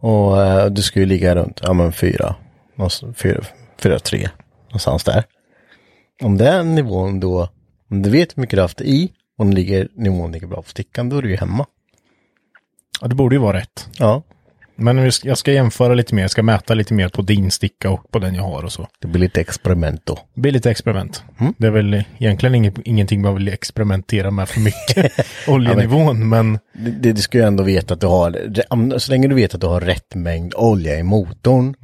Speaker 2: Och eh, du ska ju ligga runt, ja men fyra, någonstans- fyra, fyra, tre, någonstans där. Om den nivån då, om du vet hur mycket du har haft i och den ligger, nivån ligger bra på stickan, då är du ju hemma.
Speaker 3: Ja, det borde ju vara rätt.
Speaker 2: Ja,
Speaker 3: Men jag ska- jag ska jämföra lite mer, jag ska mäta lite mer på din sticka och på den jag har och så.
Speaker 2: det blir lite experiment då.
Speaker 3: Det blir lite experiment. Det är väl egentligen inget, ingenting man vill experimentera med för mycket. Oljenivån, men
Speaker 2: Det, det, du ska ju ändå veta att du har, om- så länge du vet att du har rätt mängd olja i motorn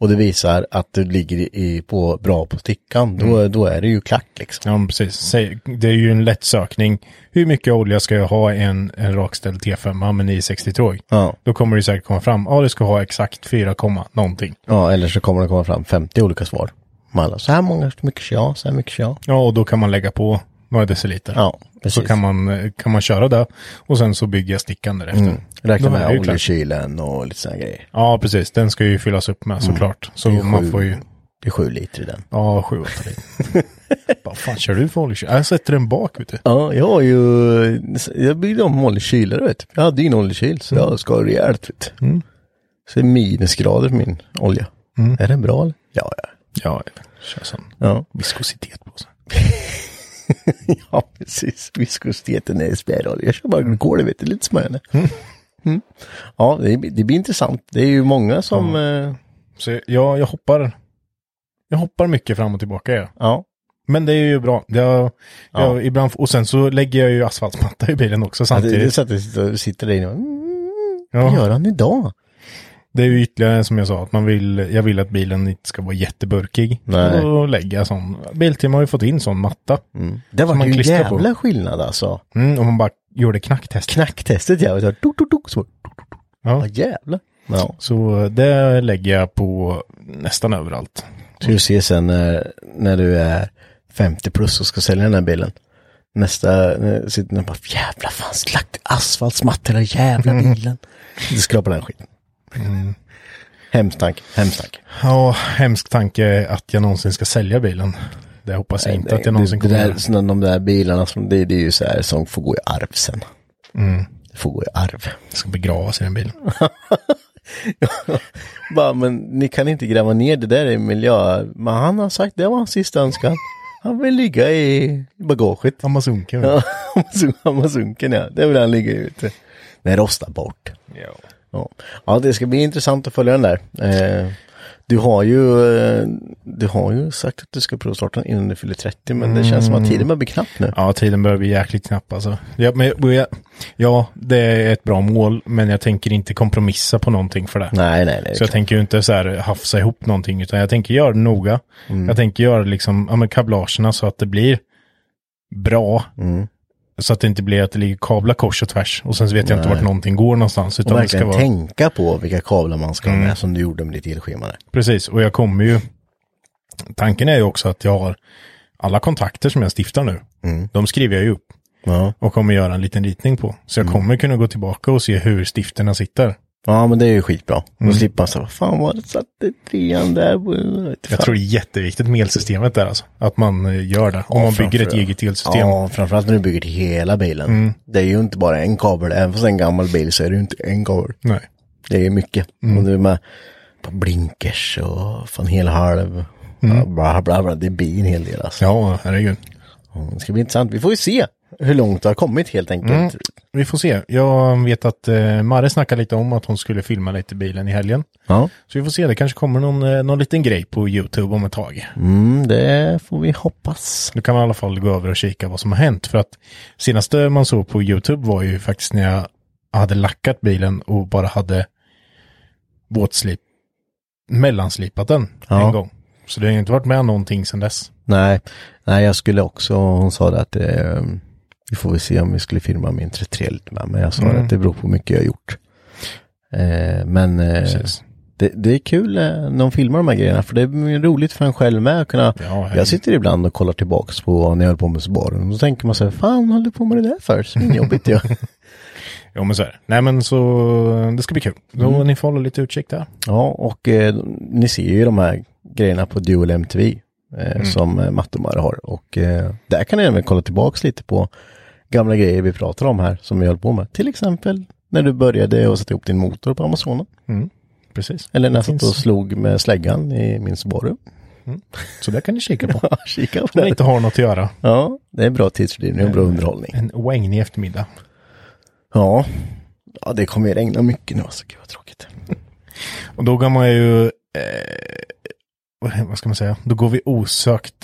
Speaker 2: och det visar att du ligger i- i, på, bra på stickan, då, då är det ju klart liksom.
Speaker 3: Ja, men precis. Säg- Det är ju en lätt sökning. Hur mycket olja ska jag ha i en, en rakställd T5 med 960 tråg?
Speaker 2: Ja.
Speaker 3: Då kommer det säkert komma fram. Ja, du ska ha exakt 4, komma någonting.
Speaker 2: Ja, eller så kommer det komma fram 50 olika svar. Med alla, så här många, så mycket kör jag, så här mycket kör jag.
Speaker 3: Ja, och då kan man lägga på några deciliter.
Speaker 2: Ja,
Speaker 3: och så
Speaker 2: precis.
Speaker 3: kan man, eh, kan man köra det och sen så bygger jag stickan därefter.
Speaker 2: Mm. Räkna
Speaker 3: Då är det
Speaker 2: med
Speaker 3: ju klart.
Speaker 2: oljekylen och lite sådana grejer.
Speaker 3: Ja, precis. Den ska ju fyllas upp med såklart. Så
Speaker 2: Mm. Det är
Speaker 3: man
Speaker 2: sju-
Speaker 3: får ju,
Speaker 2: Det är sju liter i den.
Speaker 3: ja, 7 8 Vad fan kör du för oljekyl? Jag sätter den bak, vet du.
Speaker 2: Ja, jag har ju, jag byggde om oljekylare vet du. Jag hade ju en oljekyl så jag skar rejält vet du. Så det är minusgrader på min olja. Är den bra eller? Mm. Ja, ja.
Speaker 3: Ja, kör sån
Speaker 2: Ja,
Speaker 3: viskositet på sig.
Speaker 2: ja precis. Viskositeten är spjärolja. Jag kör bara glukol, det vet du, lite smörjande. Mm. Ja, det, det blir intressant. Det är ju många som, eh,
Speaker 3: Så jag, jag hoppar, jag hoppar mycket fram och tillbaka, ja.
Speaker 2: ja.
Speaker 3: Men det är ju bra. Jag, jag, ibland, och sen så lägger jag ju asfaltmatta i bilen också
Speaker 2: Ja, det, det är
Speaker 3: samtidigt.
Speaker 2: så att det sitter, sitter där inne och, mm, vad
Speaker 3: Ja,
Speaker 2: gör han idag?
Speaker 3: det är ju ytterligare som jag sa, att man vill, jag vill att bilen inte ska vara jätteburkig.
Speaker 2: Nej.
Speaker 3: Och Då lägger jag sån. Biltema har ju fått in sån matta.
Speaker 2: Det var
Speaker 3: Mm. man
Speaker 2: ju en
Speaker 3: klistrar på.
Speaker 2: jävla skillnad alltså.
Speaker 3: Mm, och man bara gjorde knacktest.
Speaker 2: Knacktestet ja, så, här, tok, tok, tok, så,
Speaker 3: Ja.
Speaker 2: vad jävlar. Ja.
Speaker 3: Så det lägger jag på nästan överallt.
Speaker 2: Så du ser sen när, när du är 50 plus och ska sälja den här bilen. Nästa, eh, sitter den och bara jävla fan, slakt asfaltsmattor i den jävla
Speaker 3: Mm.
Speaker 2: bilen. Du skrapar den skiten. Hemsk tanke, hemsk tanke.
Speaker 3: Ja, hemsk tanke att jag någonsin ska sälja bilen. Det hoppas jag inte att jag någonsin
Speaker 2: det,
Speaker 3: kommer
Speaker 2: det där,
Speaker 3: göra.
Speaker 2: såna, De där bilarna, som, det, det är ju så här som får gå i arv sen.
Speaker 3: Mm.
Speaker 2: Det får gå i arv.
Speaker 3: Jag ska begravas i den bilen.
Speaker 2: Bara, men ni kan inte gräva ner det där i miljö. Men han har sagt, det var hans sista önskan. Han vill ligga i bagaget.
Speaker 3: Amazonken.
Speaker 2: Ja, Amazonken ja, det vill han ligga ute. Den rostar bort.
Speaker 3: Ja.
Speaker 2: Ja. ja, det ska bli intressant att följa den där. Eh, du har ju eh, du har ju sagt att du ska provstarta den innan du fyller 30, men det känns som att tiden börjar bli knapp nu.
Speaker 3: Ja, tiden börjar bli jäkligt knapp alltså. Ja, men, och jag, ja, det är ett bra mål, men jag tänker inte kompromissa på någonting för det.
Speaker 2: Nej, nej, nej.
Speaker 3: Så jag tänker ju inte så här hafsa ihop någonting, utan jag tänker göra det noga.
Speaker 2: Mm.
Speaker 3: Jag tänker göra liksom, ja men kablagerna så att det blir bra.
Speaker 2: Mm.
Speaker 3: Så att det inte blir att det ligger kablar kors och tvärs. Och sen så vet jag inte vart någonting går någonstans.
Speaker 2: och
Speaker 3: Utan det ska
Speaker 2: verkligen
Speaker 3: vara, Mm.
Speaker 2: tänka på vilka kablar man ska ha med som du gjorde med ditt elschema. där.
Speaker 3: Precis, och jag kommer ju... Tanken är ju också att jag har alla kontakter som jag stiftar nu. De skriver jag ju upp.
Speaker 2: Ja.
Speaker 3: och kommer göra en liten ritning på. Så jag kommer kunna gå tillbaka och se hur stifterna sitter.
Speaker 2: ja, men det är ju skitbra.
Speaker 3: Mm.
Speaker 2: Då slipper man säga, vad fan var det satte trean där? på?"
Speaker 3: Jag tror det är jätteviktigt med elsystemet där alltså. Att man eh, gör det. Om man bygger ett
Speaker 2: framför-
Speaker 3: eget elsystem.
Speaker 2: Ja, framförallt när du bygger till hela bilen.
Speaker 3: Mm.
Speaker 2: Det är ju inte bara en kabel, även fast det är en gammal bil så är det ju inte en kabel.
Speaker 3: Nej.
Speaker 2: Det är mycket.
Speaker 3: Mm.
Speaker 2: Och du är med på blinkers och fan hel halv.
Speaker 3: Mm.
Speaker 2: Bla, bla, bla. Det blir en hel del alltså.
Speaker 3: Ja, herregud.
Speaker 2: Det ska bli intressant. Vi får ju se hur långt du har kommit helt enkelt.
Speaker 3: Mm. Vi får se. Jag vet att eh, Marre snackade lite om att hon skulle filma lite bilen i helgen.
Speaker 2: Ja.
Speaker 3: Så vi får se, det kanske kommer någon, eh, någon liten grej på YouTube om ett tag.
Speaker 2: Mm, det får vi hoppas.
Speaker 3: Då kan man i alla fall gå över och kika vad som har hänt. För att senaste man såg på YouTube var ju faktiskt när jag hade lackat bilen och bara hade våtslip, mellanslipat den
Speaker 2: Ja. Eh.
Speaker 3: en gång. Så det har ju inte varit med någonting sedan dess.
Speaker 2: Nej, nej jag skulle också, hon sa det att eh, Vi får väl se om vi skulle filma min 33 lite med, men jag sa
Speaker 3: Mm.
Speaker 2: att det beror på hur mycket jag har gjort. Eh, men eh,
Speaker 3: Precis.
Speaker 2: det, det är kul eh, när de filmar de här grejerna, för det är roligt för en själv med att kunna
Speaker 3: Ja,
Speaker 2: jag sitter ibland och kollar tillbaks på när jag höll på med baren och så tänker man så här, fan håller du på med det där för? Svinjobbigt ja.
Speaker 3: Jo, men så är det. Nej, men så det ska bli kul. Så
Speaker 2: Mm.
Speaker 3: ni får hålla lite utkik där.
Speaker 2: Ja, och eh, ni ser ju de här grejerna på Dual MTV eh,
Speaker 3: Mm.
Speaker 2: som eh, Mattomar har. Och eh, där kan ni även kolla tillbaks lite på gamla grejer vi pratar om här som vi höll på med. Till exempel när du började att sätta ihop din motor på Amazonen.
Speaker 3: Precis.
Speaker 2: Eller när jag
Speaker 3: Finns.
Speaker 2: satt och slog med släggan i min Subaru.
Speaker 3: Så där kan ni kika på.
Speaker 2: Ja, kika på
Speaker 3: Om ni
Speaker 2: det.
Speaker 3: inte har något att göra.
Speaker 2: Ja, det är bra tidsfördrivning
Speaker 3: Eh,
Speaker 2: och bra underhållning.
Speaker 3: En oängig eftermiddag.
Speaker 2: Ja, ja det kommer ju regna mycket nu alltså. Gud vad tråkigt.
Speaker 3: Och då går man ju... Eh, vad ska man säga? Då går vi osökt...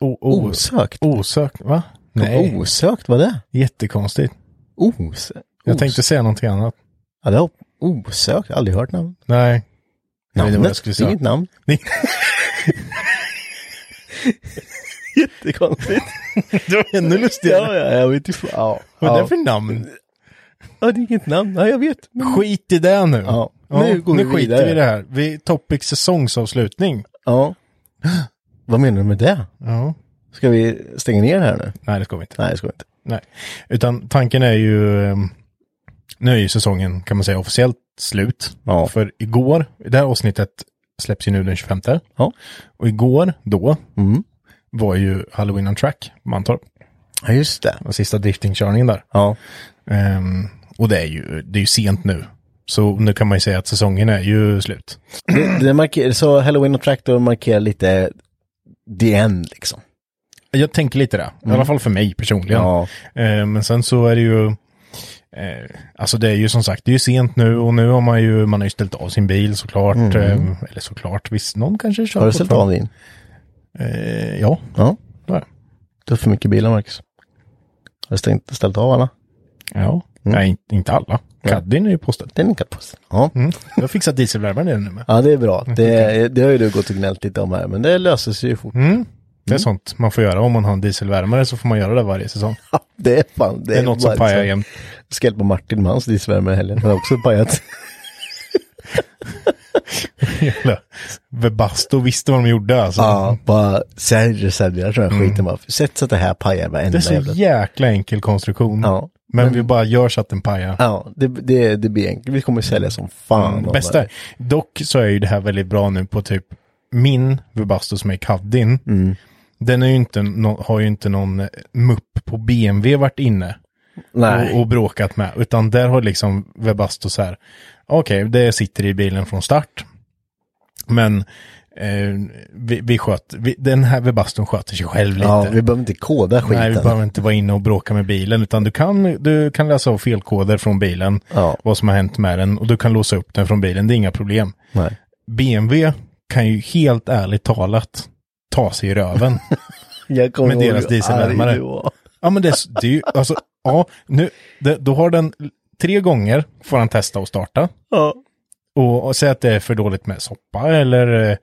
Speaker 3: O, o,
Speaker 2: Osökt.
Speaker 3: osökt, va? Oh. Nej,
Speaker 2: Osökt, vad det?
Speaker 3: jättekonstigt.
Speaker 2: Os.
Speaker 3: Jag
Speaker 2: os-
Speaker 3: tänkte säga någonting annat.
Speaker 2: Ja, det har osökt, aldrig hört namn.
Speaker 3: Nej. Jag vet inte vad jag
Speaker 2: Namnet,
Speaker 3: skulle
Speaker 2: det är
Speaker 3: säga.
Speaker 2: inget namn.
Speaker 3: Nej.
Speaker 2: Jättekonstigt.
Speaker 3: Det var ännu lustigare.
Speaker 2: ja, ja, jag vet inte. Ja,
Speaker 3: Vad är det
Speaker 2: ja.
Speaker 3: för namn?
Speaker 2: ja, det är inget namn. Ja, jag vet.
Speaker 3: Skit i det nu.
Speaker 2: Ja. Nu går vi
Speaker 3: skiter
Speaker 2: vidare.
Speaker 3: vi i det här. Vi, topic säsongsavslutning.
Speaker 2: Ja. Vad menar du med det?
Speaker 3: Ja.
Speaker 2: Ska vi stänga ner här nu?
Speaker 3: Nej, det ska vi inte.
Speaker 2: Nej, det ska vi inte.
Speaker 3: Nej. Utan tanken är ju... ehm, Nu är ju säsongen, kan man säga, officiellt slut.
Speaker 2: Ja.
Speaker 3: För igår, det här avsnittet släpps ju nu den 25.
Speaker 2: Ja.
Speaker 3: Och igår, då,
Speaker 2: Mm.
Speaker 3: var ju Halloween on track, Mantorp.
Speaker 2: Ja, just det.
Speaker 3: Och sista driftingkörningen där.
Speaker 2: Ja.
Speaker 3: Ehm, och det är ju, det är ju sent nu. Så nu kan man ju säga att säsongen är ju slut.
Speaker 2: Det, det markerar, så Halloween och Tractor markerar lite the end liksom.
Speaker 3: Jag tänker lite det. I alla fall för mig personligen.
Speaker 2: Mm. Ja.
Speaker 3: Eh, men sen så är det ju... Eh, alltså det är ju som sagt, det är ju sent nu och nu har man ju, man har ju ställt av sin bil såklart. Eh, eller såklart, visst någon kanske kör
Speaker 2: Mm. Har du ställt av din?
Speaker 3: fortfarande. Eh, ja,
Speaker 2: Ja.
Speaker 3: det har jag.
Speaker 2: Du har för mycket bilar, Marcus. Har du stängt, ställt av alla?
Speaker 3: Ja.
Speaker 2: Mm.
Speaker 3: Nej, inte- inte alla. Caddien är ju påställd.
Speaker 2: Den är kapusten. Ja.
Speaker 3: Mm. Jag har fixat dieselvärmaren i den nu med.
Speaker 2: ja, det är bra.
Speaker 3: Mm.
Speaker 2: Det, det har ju du gått och gnällt lite om här, men det löser sig ju
Speaker 3: Mm.
Speaker 2: fort.
Speaker 3: Det
Speaker 2: Mm.
Speaker 3: är sånt man får göra. Om man har en dieselvärmare så får man göra det varje säsong.
Speaker 2: Ja, det är fan,
Speaker 3: Det är något som
Speaker 2: bara
Speaker 3: pajar
Speaker 2: liksom-
Speaker 3: jämt.
Speaker 2: Jag ska hjälpa Martin med hans disvärme i helgen. Han har också pajat.
Speaker 3: Jävla Webasto visste vad de gjorde alltså.
Speaker 2: ja, bara säljer, säljer, tror jag skiten bara. Sätt så att det här pajar
Speaker 3: Mm. Det
Speaker 2: varenda
Speaker 3: är så
Speaker 2: jävla...
Speaker 3: jäkla enkel konstruktion.
Speaker 2: Ja.
Speaker 3: Men vi bara gör så att den pajar.
Speaker 2: Ja, det, det, det blir enkelt. Vi kommer sälja som fan.
Speaker 3: Mm, bästa. är- Dock så är ju det här väldigt bra nu på typ min Webasto som är Caddin.
Speaker 2: Mm.
Speaker 3: Den är ju inte, nå- har ju inte någon eh, mupp på BMW varit inne
Speaker 2: Nej.
Speaker 3: och, och bråkat med. Utan där har liksom Webasto så här, okej, det sitter i bilen från start. Men eh, vi, vi sköt, vi, den här Webaston sköter sig själv lite.
Speaker 2: ja, vi behöver inte koda skiten.
Speaker 3: Nej, vi behöver inte vara inne och bråka med bilen, utan du kan, du kan läsa av felkoder från bilen,
Speaker 2: Ja.
Speaker 3: vad som har hänt med den, och du kan låsa upp den från bilen, det är inga problem.
Speaker 2: Nej.
Speaker 3: BMW kan ju helt ärligt talat ta sig i röven.
Speaker 2: Jag kommer
Speaker 3: Med
Speaker 2: ihåg
Speaker 3: deras
Speaker 2: hur arg
Speaker 3: dieselvärmare.
Speaker 2: du var.
Speaker 3: ja, men det, är s- det är ju, alltså, ja, nu, det, då har den, tre gånger får han testa att starta.
Speaker 2: Ja.
Speaker 3: Och, och säg att det är för dåligt med soppa, eller eh,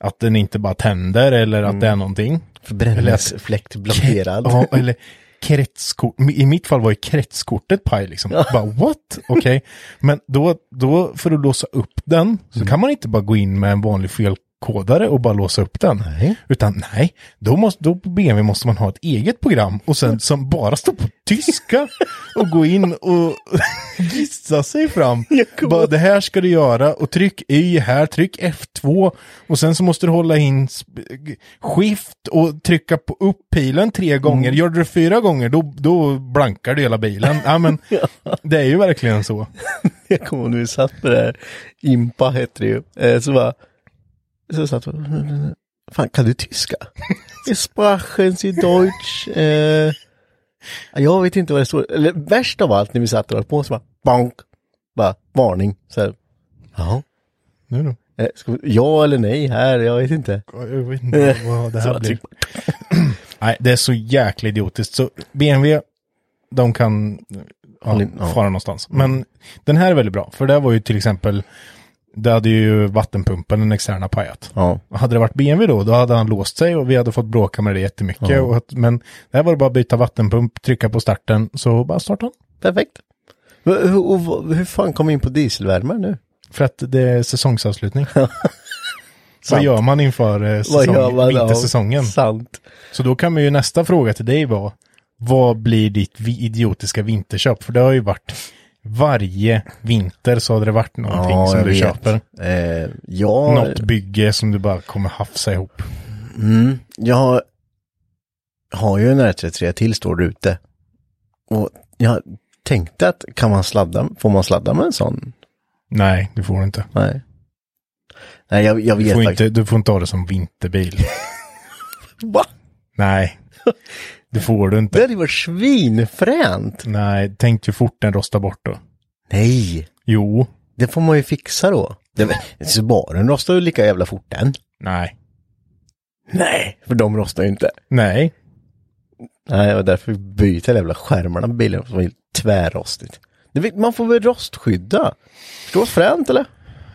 Speaker 3: att den inte bara tänder, eller
Speaker 2: Mm.
Speaker 3: att det är någonting.
Speaker 2: Förbränningsfläkt blockerad.
Speaker 3: Ja, eller kretskort. I mitt fall var ju kretskortet paj liksom. Bara what? Okej. Men då, då, för att låsa upp den, så
Speaker 2: Mm.
Speaker 3: kan man inte bara gå in med en vanlig felkodare och bara låsa upp den.
Speaker 2: Nej.
Speaker 3: Utan nej, då, måste, då på BMW måste man ha ett eget program och
Speaker 2: Mm.
Speaker 3: sen som bara står på tyska och gå in och gissa sig fram. Bara det här ska du göra och tryck Y här, tryck F2 och sen så måste du hålla in sp- skift och trycka på upp pilen tre gånger. Gör du det fyra gånger då, då blankar du hela bilen. ja, men, det är ju verkligen så.
Speaker 2: Jag kommer ihåg när vi satt på det här, Impa hette det ju, eh, så bara, så satt vi, fan kan du tyska? Ich Sprachen sie Deutsch. Eh, jag vet inte vad det står, eller värst av allt när vi satt och höll på så bara, bank, bara varning, så här, ja,
Speaker 3: Nu då?
Speaker 2: eh, ska vi, ja eller nej här, jag vet inte.
Speaker 3: Jag vet inte vad det
Speaker 2: Så typ.
Speaker 3: här
Speaker 2: bara
Speaker 3: blir.
Speaker 2: tryck-
Speaker 3: Nej, det är så jäkla idiotiskt. Så BMW, de kan ja,
Speaker 2: Ja.
Speaker 3: fara någonstans. Men den här är väldigt bra, för det här var ju till exempel Det hade ju vattenpumpen, den externa, pajat.
Speaker 2: Ja.
Speaker 3: Och Hade det varit BMW då, då hade han låst sig och vi hade fått bråka med det jättemycket. Och att, men där var det bara att byta vattenpump, trycka på starten, så bara starta den.
Speaker 2: Perfekt. Men Hur, och vad- hur fan kom vi in på dieselvärme nu?
Speaker 3: För att det är säsongsavslutning. Vad
Speaker 2: Sant.
Speaker 3: gör man inför eh, säsong,
Speaker 2: då?
Speaker 3: vintersäsongen?
Speaker 2: Sant.
Speaker 3: Så då kan man ju nästa fråga till dig vara, vad blir ditt vi- idiotiska vinterköp? För det har ju varit varje vinter så hade det varit någonting
Speaker 2: Ja,
Speaker 3: som
Speaker 2: jag
Speaker 3: du
Speaker 2: vet.
Speaker 3: köper.
Speaker 2: Eh, jag,
Speaker 3: Något bygge som du bara kommer hafsa ihop.
Speaker 2: mm, jag har, har ju en R33 till står det ute. Och jag tänkte att kan man sladda, får man sladda med en sån?
Speaker 3: Nej, det får du inte.
Speaker 2: Nej. Nej, jag, jag
Speaker 3: Du
Speaker 2: vet
Speaker 3: får
Speaker 2: faktiskt.
Speaker 3: inte, du får inte ha det som vinterbil.
Speaker 2: Va?
Speaker 3: Nej, det får du
Speaker 2: Det
Speaker 3: inte.
Speaker 2: hade ju varit svinfränt.
Speaker 3: Nej, tänk hur fort den rostar bort då.
Speaker 2: Nej,
Speaker 3: Jo,
Speaker 2: det får man ju fixa då. Det, så baren rostar ju lika jävla fort den.
Speaker 3: nej,
Speaker 2: Nej, för de rostar ju inte.
Speaker 3: nej.
Speaker 2: Nej, och därför byter jävla skärmarna på bilen som var helt tvärrostigt. Det vet, man får väl rostskydda? Förstår fränt eller?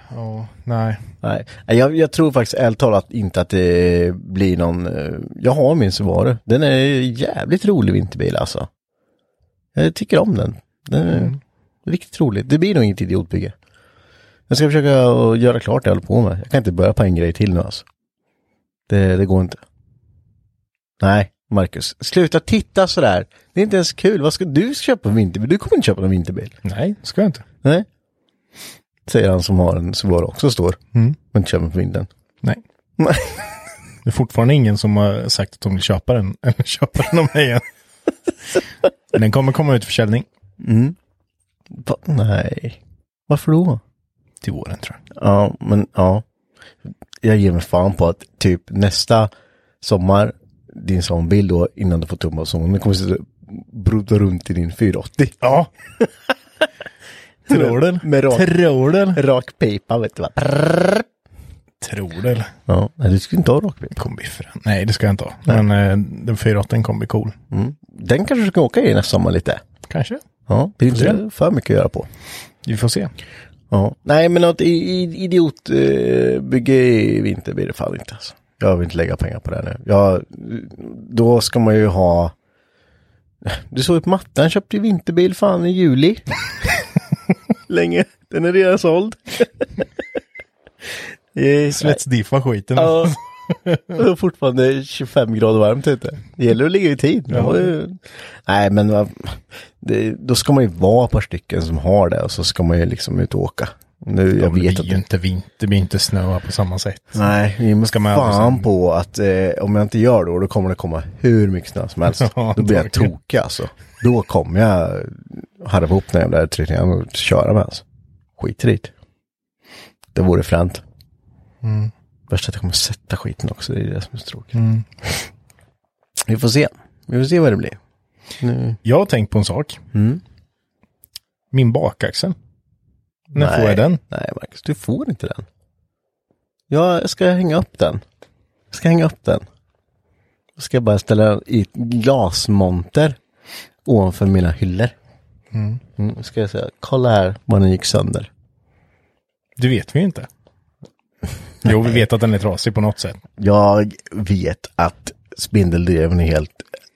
Speaker 3: Ja, nej.
Speaker 2: Nej, Nej, jag, jag tror faktiskt ärligt talat inte att det blir någon... eh, Jag har min Subaru. Den är ju jävligt rolig vinterbil alltså. Jag tycker om den. Den är riktigt rolig. Det blir nog inget idiotbygge. Jag ska försöka att göra klart det jag håller på med. Jag kan inte börja på en grej till nu alltså. Det, det går inte. Nej, Marcus. Sluta titta sådär. Det är inte ens kul. Vad ska du köpa för vinterbil? Du kommer inte köpa någon vinterbil.
Speaker 3: Nej, ska jag inte.
Speaker 2: Nej. Säger han som har en Subaru också står.
Speaker 3: Mm.
Speaker 2: Men inte köper på vintern.
Speaker 3: Nej.
Speaker 2: Nej.
Speaker 3: Det är fortfarande ingen som har sagt att de vill köpa den, eller köpa den av mig än. Men den kommer komma ut för försäljning.
Speaker 2: Va? Nej. Varför då?
Speaker 3: Till våren tror jag.
Speaker 2: Ja, men ja. Jag ger mig fan på att typ nästa sommar, din sommarbil då, innan du får tumma och solen, kommer sitta och brodda runt i din 480.
Speaker 3: Ja. Tror du?
Speaker 2: Med rak-
Speaker 3: Tror du?
Speaker 2: Rak pipa, vet du va?
Speaker 3: Tror du? eller?
Speaker 2: Ja, nej, du skulle inte ha rak pipa.
Speaker 3: Kommer bli frän. Nej, det ska jag inte ha. Men eh, den 480 kommer bli cool.
Speaker 2: Den kanske du ska åka i nästa sommar lite.
Speaker 3: Kanske.
Speaker 2: Ja, det är
Speaker 3: se.
Speaker 2: inte för mycket att göra på.
Speaker 3: Vi får se.
Speaker 2: Ja. Nej, men något idiotbygge eh, i vinter blir det fan inte. Alltså. Jag vill inte lägga pengar på det här nu. Ja, då ska man ju ha... Du såg upp mattan, köpte ju vinterbil fan i juli. Länge. Den är redan såld. Yes,
Speaker 3: Let's diffa skiten.
Speaker 2: Ja. Och det är fortfarande 25 grader varmt ute. Det gäller att ligga i tid. Det var ju- Nej, men vad- det, då ska man ju vara ett par stycken som har det och så ska man ju liksom ut och åka. Nu,
Speaker 3: Ja,
Speaker 2: jag
Speaker 3: men det
Speaker 2: vet
Speaker 3: blir
Speaker 2: att
Speaker 3: ju inte vinter, det blir inte snö på samma sätt.
Speaker 2: Nej, vi måste
Speaker 3: Liksom. Ska man
Speaker 2: fan
Speaker 3: aldrig-
Speaker 2: på att eh, om jag inte gör då, då kommer det komma hur mycket snö som helst.
Speaker 3: Ja,
Speaker 2: då blir jag
Speaker 3: antagligen.
Speaker 2: tokig alltså. Då kommer jag harva upp den jävla tryckningen och köra med alltså. Skit i det. Det vore fränt.
Speaker 3: Mm.
Speaker 2: Värst att jag kommer sätta skiten också, det är det som är så tråkigt. Vi får se. Vi får se vad det blir.
Speaker 3: Jag har tänkt på en sak.
Speaker 2: Mm.
Speaker 3: Min bakaxel. När får jag den?
Speaker 2: Nej, Marcus, du får inte den. Jag ska hänga upp den. Jag ska hänga upp den. Jag ska bara ställa den i ett glasmonter ovanför mina hyllor. Mm. då ska jag säga, kolla här vad den gick sönder.
Speaker 3: Det vet vi ju inte. Jo, vi vet att den är trasig på något sätt.
Speaker 2: Jag vet att spindeldreven är helt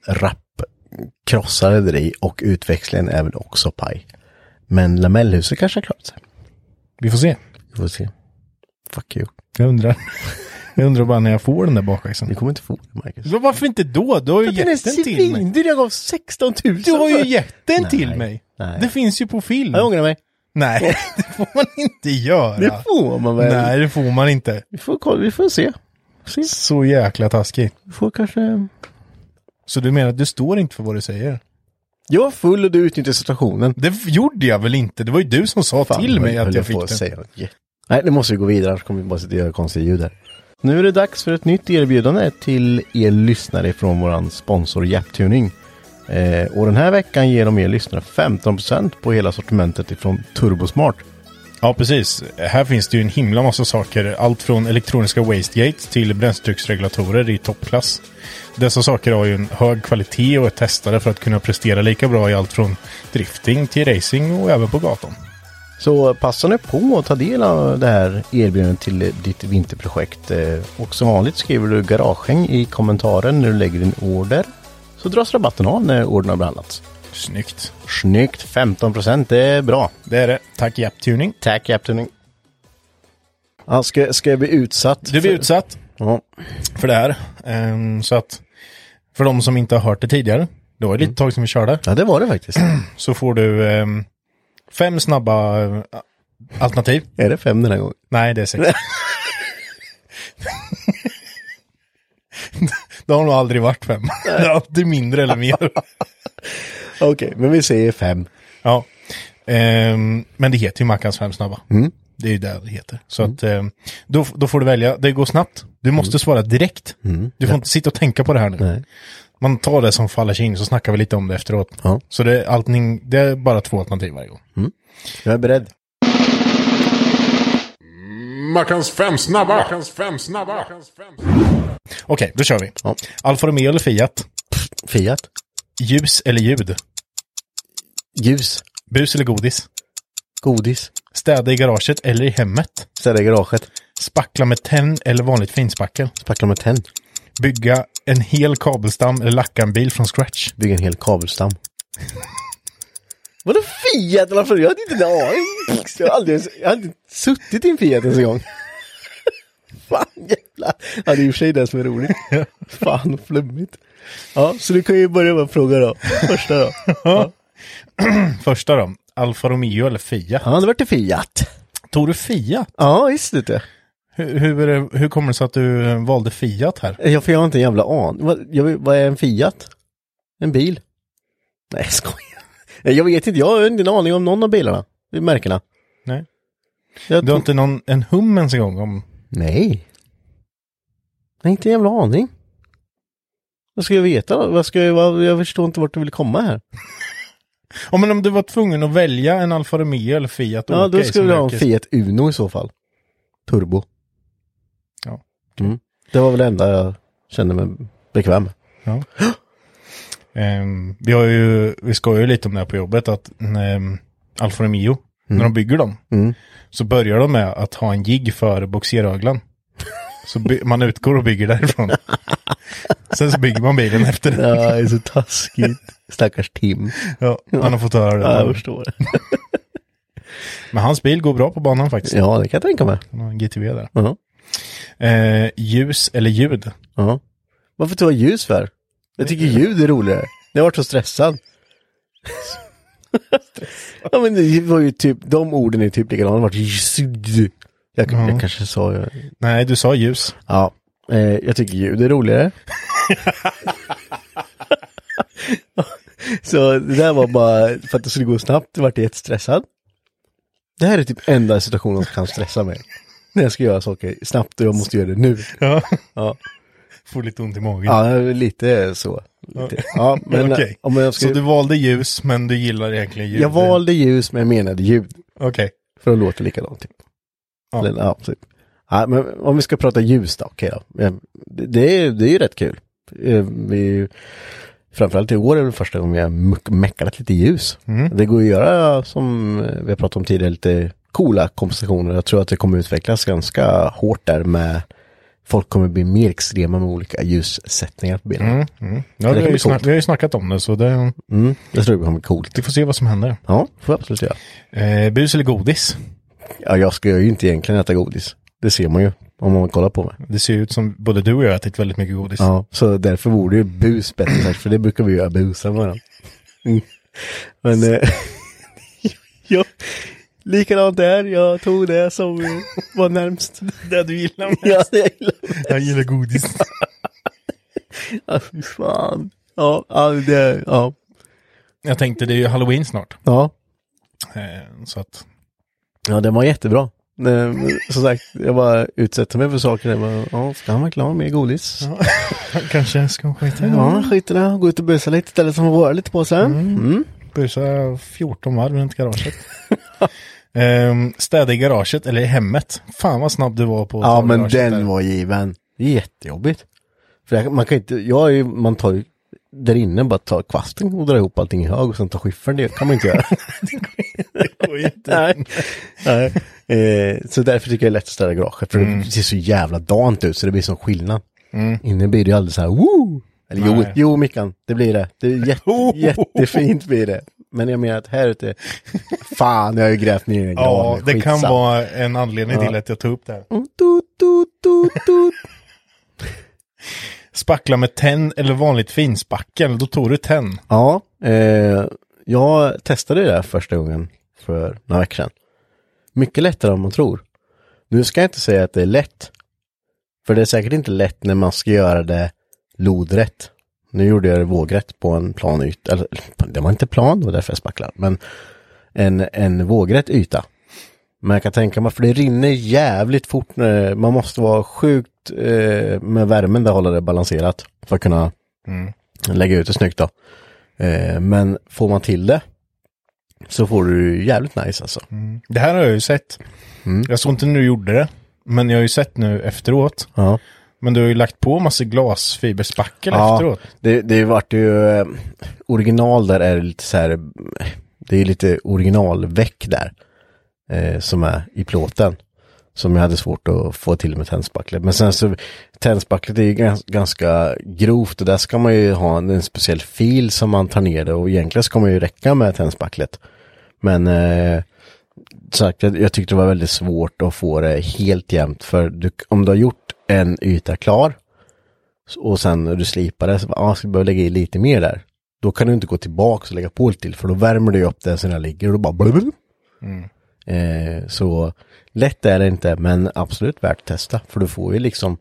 Speaker 2: rapp krossade där i och utväxlingen är väl också paj. Men lamellhuset kanske har klarat sig.
Speaker 3: Vi får se.
Speaker 2: Vi får se. Fuck you.
Speaker 3: Jag undrar. Jag undrar bara när jag får den där bakaxeln.
Speaker 2: Du kommer inte få det, Marcus.
Speaker 3: Men Varför inte då? Du har ju
Speaker 2: Den
Speaker 3: gett den
Speaker 2: är
Speaker 3: till mig.
Speaker 2: svindyr, jag gav 16 000
Speaker 3: Du har
Speaker 2: för
Speaker 3: ju
Speaker 2: den.
Speaker 3: gett den till
Speaker 2: Nej,
Speaker 3: mig.
Speaker 2: nej.
Speaker 3: Det finns ju på film.
Speaker 2: Jag ångrar mig.
Speaker 3: Nej, det får man inte göra.
Speaker 2: Det får man väl.
Speaker 3: Nej, det får man inte.
Speaker 2: Vi får, kolla, vi får se. se.
Speaker 3: Så jäkla taskigt.
Speaker 2: Vi får kanske...
Speaker 3: Så du menar att du står inte för vad du säger?
Speaker 2: Jag var full och du utnyttjade situationen.
Speaker 3: Det f- gjorde jag väl inte? Det var ju du som sa till
Speaker 2: vad
Speaker 3: mig att
Speaker 2: höll
Speaker 3: jag
Speaker 2: på
Speaker 3: fick
Speaker 2: att
Speaker 3: den.
Speaker 2: säga något jätte- Nej, nu måste vi gå vidare, annars kommer vi bara sitta och göra konstiga ljud här. Nu är det dags för ett nytt erbjudande till er lyssnare från vår sponsor Japtuning. Eh, och den här veckan ger de er lyssnare 15% på hela sortimentet ifrån Turbosmart.
Speaker 3: Ja, precis. Här finns det ju en himla massa saker. Allt från elektroniska wastegates till bränsletrycksregulatorer i toppklass. Dessa saker har ju en hög kvalitet och är testade för att kunna prestera lika bra i allt från drifting till racing och även på gatan.
Speaker 2: Så passa nu på att ta del av det här erbjudandet till ditt vinterprojekt. Eh, Och som vanligt skriver du garagehäng i kommentaren när du lägger din order. Så dras rabatten av när ordern har behandlats.
Speaker 3: Snyggt.
Speaker 2: Snyggt! 15 procent, det är bra.
Speaker 3: Det är det. Tack Japp Tuning.
Speaker 2: Tack Captain. Ja, ska, ska jag bli utsatt?
Speaker 3: Du blir
Speaker 2: för-
Speaker 3: utsatt
Speaker 2: Ja.
Speaker 3: för det här. Ehm, så att för de som inte har hört det tidigare, det var ju lite tag som vi körde,
Speaker 2: ja, det var det faktiskt.
Speaker 3: så får du ehm, fem snabba eh, alternativ.
Speaker 2: är det fem den här gången?
Speaker 3: Nej, det är sex. det har nog aldrig varit fem. Det är alltid mindre eller mer.
Speaker 2: Okej, men vi säger fem.
Speaker 3: Ja. Ehm, men det heter ju Mackans fem snabba.
Speaker 2: Mm.
Speaker 3: Det är ju det det heter. Så att, ehm, då, då får du välja. Det går snabbt. Du måste
Speaker 2: Mm.
Speaker 3: svara direkt. Du får inte sitta och tänka på det här nu. Man tar det som faller sig in så snackar vi lite om det efteråt.
Speaker 2: Ja.
Speaker 3: Så det är, allting, det är bara två alternativ varje gång.
Speaker 2: Jag är beredd.
Speaker 4: Mackans fem snabba! Mackans fem snabba! Mackans fem snabba!
Speaker 3: Okej, då kör vi.
Speaker 2: Ja.
Speaker 3: Alfa Romeo eller Fiat?
Speaker 2: Fiat.
Speaker 3: Ljus eller ljud?
Speaker 2: Ljus.
Speaker 3: Bus eller godis?
Speaker 2: Godis.
Speaker 3: Städa i garaget eller i hemmet?
Speaker 2: Städa i garaget.
Speaker 3: Spackla med tenn eller vanligt finspackel?
Speaker 2: Spackla med tenn.
Speaker 3: Bygga en hel kabelstam eller lacka en bil från scratch?
Speaker 2: Bygga en hel kabelstam. Vadå Fiat? Varför? Jag hade inte en aning. Jag har aldrig, jag har aldrig suttit i en Fiat ens en gång. Fan jävlar. Ja, det är i och för sig det som är roligt. Fan flummigt. Ja, så du kan ju börja med att fråga då. Första då. Ja,
Speaker 3: Första då, Alfa Romeo eller Fiat?
Speaker 2: ja det vart till Fiat.
Speaker 3: Tog du Fiat?
Speaker 2: Ja, visst vet du.
Speaker 3: Hur, hur, hur kommer det sig att du eh, valde Fiat här?
Speaker 2: Ja, för jag har inte en jävla aning. Vad, jag, vad är en Fiat? En bil? Nej, jag skojar. Nej, Jag vet inte, jag har ingen aning om någon av bilarna. Märkena.
Speaker 3: Nej.
Speaker 2: Jag
Speaker 3: Du har
Speaker 2: tror-
Speaker 3: inte någon, en hum ens en gång om...
Speaker 2: Nej. Jag har inte en jävla aning. Vad ska jag veta då? Vad ska jag, vad, jag förstår inte vart du vill komma här.
Speaker 3: Ja, men om du var tvungen att välja en Alfa Romeo eller Fiat
Speaker 2: Ja,
Speaker 3: åka
Speaker 2: då
Speaker 3: i
Speaker 2: skulle
Speaker 3: som
Speaker 2: vi ha en
Speaker 3: yrkes-
Speaker 2: Fiat Uno i så fall. Turbo.
Speaker 3: Ja.
Speaker 2: Mm. Det var väl det enda jag kände mig bekväm med.
Speaker 3: Ehm, vi, har ju, vi skojar ju lite om det här på jobbet, att um, Alfa Romeo, när
Speaker 2: Mm.
Speaker 3: de bygger dem, så börjar de med att ha en jigg för bogseröglan. Så by- man utgår och bygger därifrån. Sen så bygger man bilen efter det.
Speaker 2: Ja, det är så taskigt. Stackars Tim.
Speaker 3: Ja, han har fått höra
Speaker 2: Ja, jag
Speaker 3: det.
Speaker 2: förstår.
Speaker 3: Men hans bil går bra på banan faktiskt.
Speaker 2: Ja, det kan jag tänka mig.
Speaker 3: Han har en GTV där.
Speaker 2: Ja.
Speaker 3: Eh, ljus eller ljud?
Speaker 2: Ja. Varför tar jag ljus för? Jag tycker ljud är roligare. Jag har varit så stressad. ja men det var ju typ, de orden är typ likadana. Det har varit ljud. Jag, jag kanske sa,
Speaker 3: Nej, du sa ljus.
Speaker 2: ja. Eh, jag tycker ljud är roligare. så det där var bara för att det skulle gå snabbt. Jag vart jättestressad. Det här är typ enda situationen som kan stressa mig. När jag ska göra saker snabbt och jag måste göra det nu.
Speaker 3: Ja.
Speaker 2: Ja.
Speaker 3: Får lite ont i magen.
Speaker 2: Ja, lite så. Lite. Ja, men
Speaker 3: Okej.
Speaker 2: om jag, ska,
Speaker 3: Så du valde ljus, men du gillar egentligen ljud?
Speaker 2: jag valde ljus men jag menade ljud.
Speaker 3: Okej.
Speaker 2: För att låta likadant typ.
Speaker 3: Ja.
Speaker 2: Eller, ja, typ. Ja, men om vi ska prata ljus då, okej då. Eh, Det, det, är, det är ju rätt kul. Eh, Vi, framförallt i år är det första gången vi har muck- meckat lite ljus.
Speaker 3: Mm.
Speaker 2: Det går att göra som eh, vi har pratat om tidigare, lite coola kompositioner. Jag tror att det kommer utvecklas ganska hårt där med Folk kommer bli mer extrema med olika ljussättningar på bilden.
Speaker 3: Mm, mm.
Speaker 2: Det
Speaker 3: Ja, vi,
Speaker 2: kan
Speaker 3: har ju
Speaker 2: bli coolt.
Speaker 3: snack, vi har ju snackat om det, så det,
Speaker 2: Mm. Jag tror det kommer bli coolt.
Speaker 3: vi får se vad som händer.
Speaker 2: Ja, får jag absolut göra.
Speaker 3: Eh, bus eller godis?
Speaker 2: Ja, jag ska ju inte egentligen äta godis. Det ser man ju om man kollar på mig.
Speaker 3: Det ser ju ut som både du och jag har ätit väldigt mycket godis.
Speaker 2: Ja, så därför vore ju bus bättre sagt, för det brukar vi göra, busa med varandra. Mm. Men eh, jag, likadant där, jag tog det som eh, var närmst.
Speaker 3: Det du gillar
Speaker 2: Ja, jag gillar
Speaker 3: Jag gillar godis.
Speaker 2: ja, fy fan. Ja, ja, det, ja.
Speaker 3: Jag tänkte, det är ju halloween snart.
Speaker 2: Ja,
Speaker 3: Eh, så att,
Speaker 2: ja den var jättebra. Nej, men Som sagt, jag bara utsätter mig för saker. Jag bara, ja, ska han verkligen ha mer godis?
Speaker 3: kanske ska skita i
Speaker 2: Ja, skit i det. Gå ut och busa lite istället som att röra lite på sig. Mm.
Speaker 3: Busa 14 varv runt garaget. Ehm, städa i garaget eller i hemmet. Fan vad snabb du var på att
Speaker 2: Ja,
Speaker 3: ta
Speaker 2: men
Speaker 3: garaget där.
Speaker 2: den var given. Det är jättejobbigt. För jag, man kan inte, jag är ju, man tar ju där inne bara tar kvasten och drar ihop allting i hög och sen tar skiffern. Det kan man inte göra.
Speaker 3: Det går ju inte.
Speaker 2: Nej. Nej. Eh, så därför tycker jag det är lätt att ställa i garaget. För
Speaker 3: Mm.
Speaker 2: det ser så jävla dant ut så det blir sån skillnad. Inne blir det ju aldrig så här woo! Eller jo,
Speaker 3: Nej.
Speaker 2: jo Mickan, det blir det. Det är jätte,
Speaker 3: Oh!
Speaker 2: jättefint blir det. Men jag menar att här ute, fan jag har ju grävt ner en gran.
Speaker 3: Ja, det kan
Speaker 2: Skitsamma.
Speaker 3: vara en anledning till att jag tog upp det här.
Speaker 2: Tut, tut, tut, tut.
Speaker 3: Spackla med tenn eller vanligt finspackel, då tog du tenn.
Speaker 2: Ja, eh, jag testade det här första gången för några veckor sedan. Mycket lättare än man tror. Nu ska jag inte säga att det är lätt. För det är säkert inte lätt när man ska göra det lodrätt. Nu gjorde jag det vågrätt på en plan yta. Eller, det var inte plan, det var därför jag spacklade. Men en, en vågrätt yta. Men jag kan tänka mig, för det rinner jävligt fort. När, man måste vara sjukt eh, med värmen där hålla det balanserat. För att kunna lägga ut det snyggt då. Eh, men får man till det så får du jävligt nice alltså.
Speaker 3: Det här har jag ju sett. Jag såg inte när du gjorde det, men jag har ju sett nu efteråt.
Speaker 2: Ja.
Speaker 3: Men du har ju lagt på massa glasfiberspackel efteråt.
Speaker 2: det, det vart ju eh, original där är det lite så här, eh, det är lite originalväck där eh, som är i plåten. Som jag hade svårt att få till med tändspacklet. Men sen så, tändspacklet är ju gans, ganska grovt och där ska man ju ha en, en speciell fil som man tar ner det och egentligen ska man ju räcka med tändspacklet. Men eh, sagt, jag, jag tyckte det var väldigt svårt att få det helt jämnt. För du, om du har gjort en yta klar och sen när du slipar det, så bara, ah, ska du behöva lägga i lite mer där. Då kan du inte gå tillbaka och lägga på lite till, för då värmer du ju upp det så den ligger och då bara blub. Eh, så lätt är det inte, men absolut värt att testa, för du får ju liksom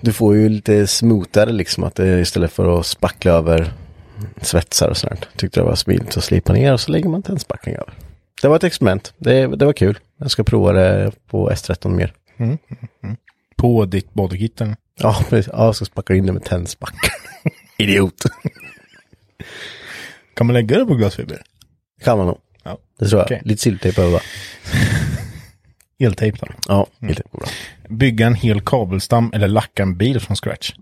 Speaker 2: du får ju lite smoothare liksom, att det, istället för att spackla över svetsar och sånt. Tyckte det var smidigt att slipa ner och så lägger man inte en spackling över. Det var ett experiment, det, det var kul. Jag ska prova det på S13 mer.
Speaker 3: På ditt bodykit. eller?
Speaker 2: Ja, precis. Ja, jag ska spackla in det med tändspack. Idiot.
Speaker 3: Kan man lägga det på glasfiber?
Speaker 2: kan man nog.
Speaker 3: Ja.
Speaker 2: Det tror jag.
Speaker 3: Okej.
Speaker 2: Lite silvertejp över va?
Speaker 3: Eltejp då.
Speaker 2: Ja, lite går bra.
Speaker 3: Bygga en hel kabelstam eller lacka en bil från scratch.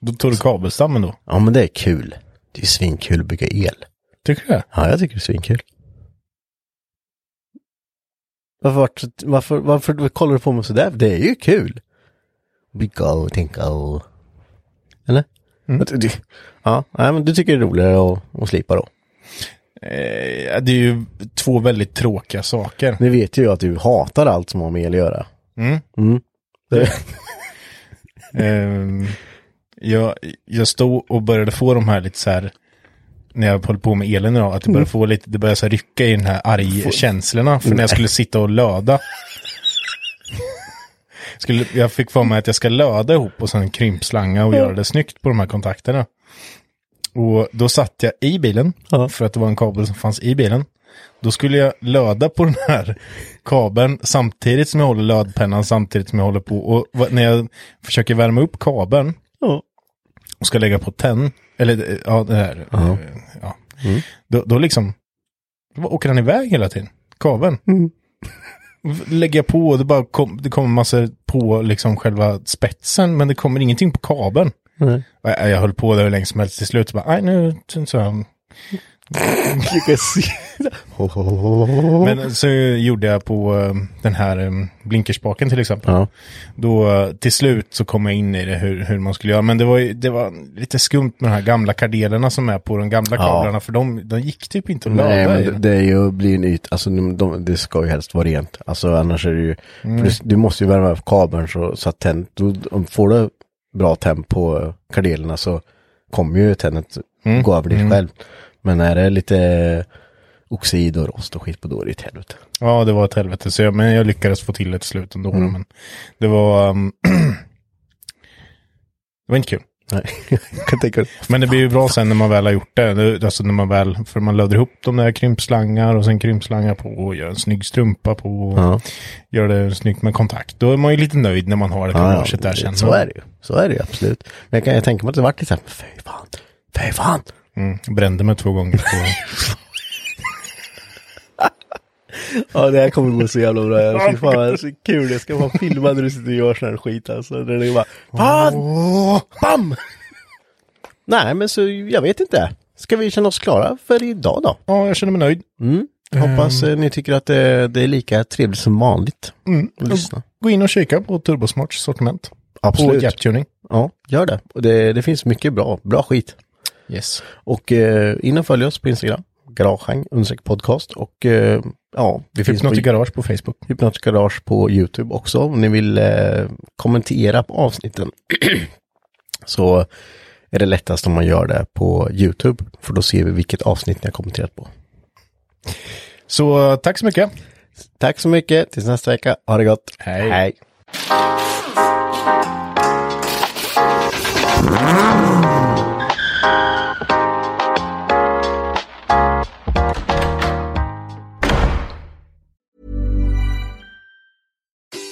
Speaker 3: Då tog du kabelstammen då.
Speaker 2: Ja, men det är kul. Det är ju svinkul att bygga el.
Speaker 3: Tycker du det?
Speaker 2: Ja, jag tycker det är svinkul. Varför, vart- varför, varför, kollar du på mig sådär? Det är ju kul. Bygga och tänka och... Eller? Du- du- Ja, nej, men du tycker det är roligare att, att slipa då?
Speaker 3: Eh, Det är ju två väldigt tråkiga saker.
Speaker 2: Nu vet ju jag att du hatar allt som har med el att göra.
Speaker 3: Mm.
Speaker 2: Mm. Det,
Speaker 3: Ehm, jag, jag stod och började få de här lite så här, när jag höll på med elen idag, att det började få lite, det började så här rycka i den här argkänslorna, för när jag skulle sitta och löda. Skulle, jag fick för mig att jag ska löda ihop och sen krympslanga och göra det snyggt på de här kontakterna. Och då satt jag i bilen,
Speaker 2: Ja.
Speaker 3: för att det var en kabel som fanns i bilen. Då skulle jag löda på den här kabeln samtidigt som jag håller lödpennan, samtidigt som jag håller på. Och va- när jag försöker värma upp kabeln
Speaker 2: ja.
Speaker 3: och ska lägga på tenn, eller eh, ja, det här, eh, ja.
Speaker 2: Mm.
Speaker 3: Då, då liksom då bara åker den iväg hela tiden, kabeln.
Speaker 2: Mm.
Speaker 3: V- Lägger jag på, det, bara kom, det kommer massor på liksom själva spetsen, men det kommer ingenting på kabeln.
Speaker 2: Nej.
Speaker 3: Och Jag, jag höll på där hur länge som helst, till slut så bara, nej nu, så här,
Speaker 2: Du kan se. Ho, ho, ho, ho.
Speaker 3: Men så gjorde jag på eh, den här eh, blinkerspaken till exempel.
Speaker 2: Ja.
Speaker 3: Då eh, till slut så kom jag in i det hur, hur man skulle göra. Men det var, ju, det var lite skumt med de här gamla kardelerna som är på de gamla
Speaker 2: Ja.
Speaker 3: kablarna. För de, de gick typ inte att
Speaker 2: Nej,
Speaker 3: löda
Speaker 2: men
Speaker 3: i
Speaker 2: det,
Speaker 3: den.
Speaker 2: det är ju, blir en yta, alltså de, de, det ska ju helst vara rent. Alltså annars är det ju, för du, du måste ju värma upp kabeln så, så att tänd, då, om får du bra temp på kardelerna så kommer ju tändet gå över dig själv. Men är det lite oxid och rost och skit på då är det ett helvete.
Speaker 3: Ja, det var ett helvete. Så jag, men jag lyckades få till det till slut ändå.
Speaker 2: Mm.
Speaker 3: Men det var... ehm, det var inte kul.
Speaker 2: Nej, jag kan tänka mig.
Speaker 3: Men det blir ju bra sen när man väl har gjort det. det. Alltså när man väl, för man löder ihop de där krympslangar och sen krympslangar på och gör en snygg strumpa på. Och
Speaker 2: Ja.
Speaker 3: Gör det snyggt med kontakt. Då är man ju lite nöjd när man har det
Speaker 2: Ja,
Speaker 3: garaget där sen.
Speaker 2: så är det ju. Så är det ju absolut. Men jag kan jag tänka mig att det vart lite såhär, fy fan, fy fan.
Speaker 3: Mm, brände mig två gånger. På.
Speaker 2: Ja, det här kommer gå så jävla bra. Fy fan, det är så kul. Jag ska bara filma när du sitter och gör sån här skit alltså. Där det är bara, fan! Bam! Nej, men så jag vet inte. Ska vi känna oss klara för idag då?
Speaker 3: ja, jag känner mig nöjd.
Speaker 2: Hoppas eh, ni tycker att det, det är lika trevligt som vanligt.
Speaker 3: Mm.
Speaker 2: Och lyssna.
Speaker 3: Gå in och kika på Turbosmarts sortiment.
Speaker 2: Absolut.
Speaker 3: På GapTuning.
Speaker 2: Ja, gör det. Och det, det finns mycket bra, bra skit.
Speaker 3: Yes.
Speaker 2: Och eh, in och följ oss på Instagram, Garagehang, understreck podcast. Och eh, ja, vi finns på
Speaker 3: Hypnot Typ i Garage på Facebook.
Speaker 2: Hypnotic Garage på YouTube också. Om ni vill eh, kommentera på avsnitten så är det lättast om man gör det på YouTube. För då ser vi vilket avsnitt ni har kommenterat på.
Speaker 3: Så eh, tack så mycket.
Speaker 2: Tack så mycket, tills nästa vecka. Ha det gott.
Speaker 3: Hej.
Speaker 2: Hej.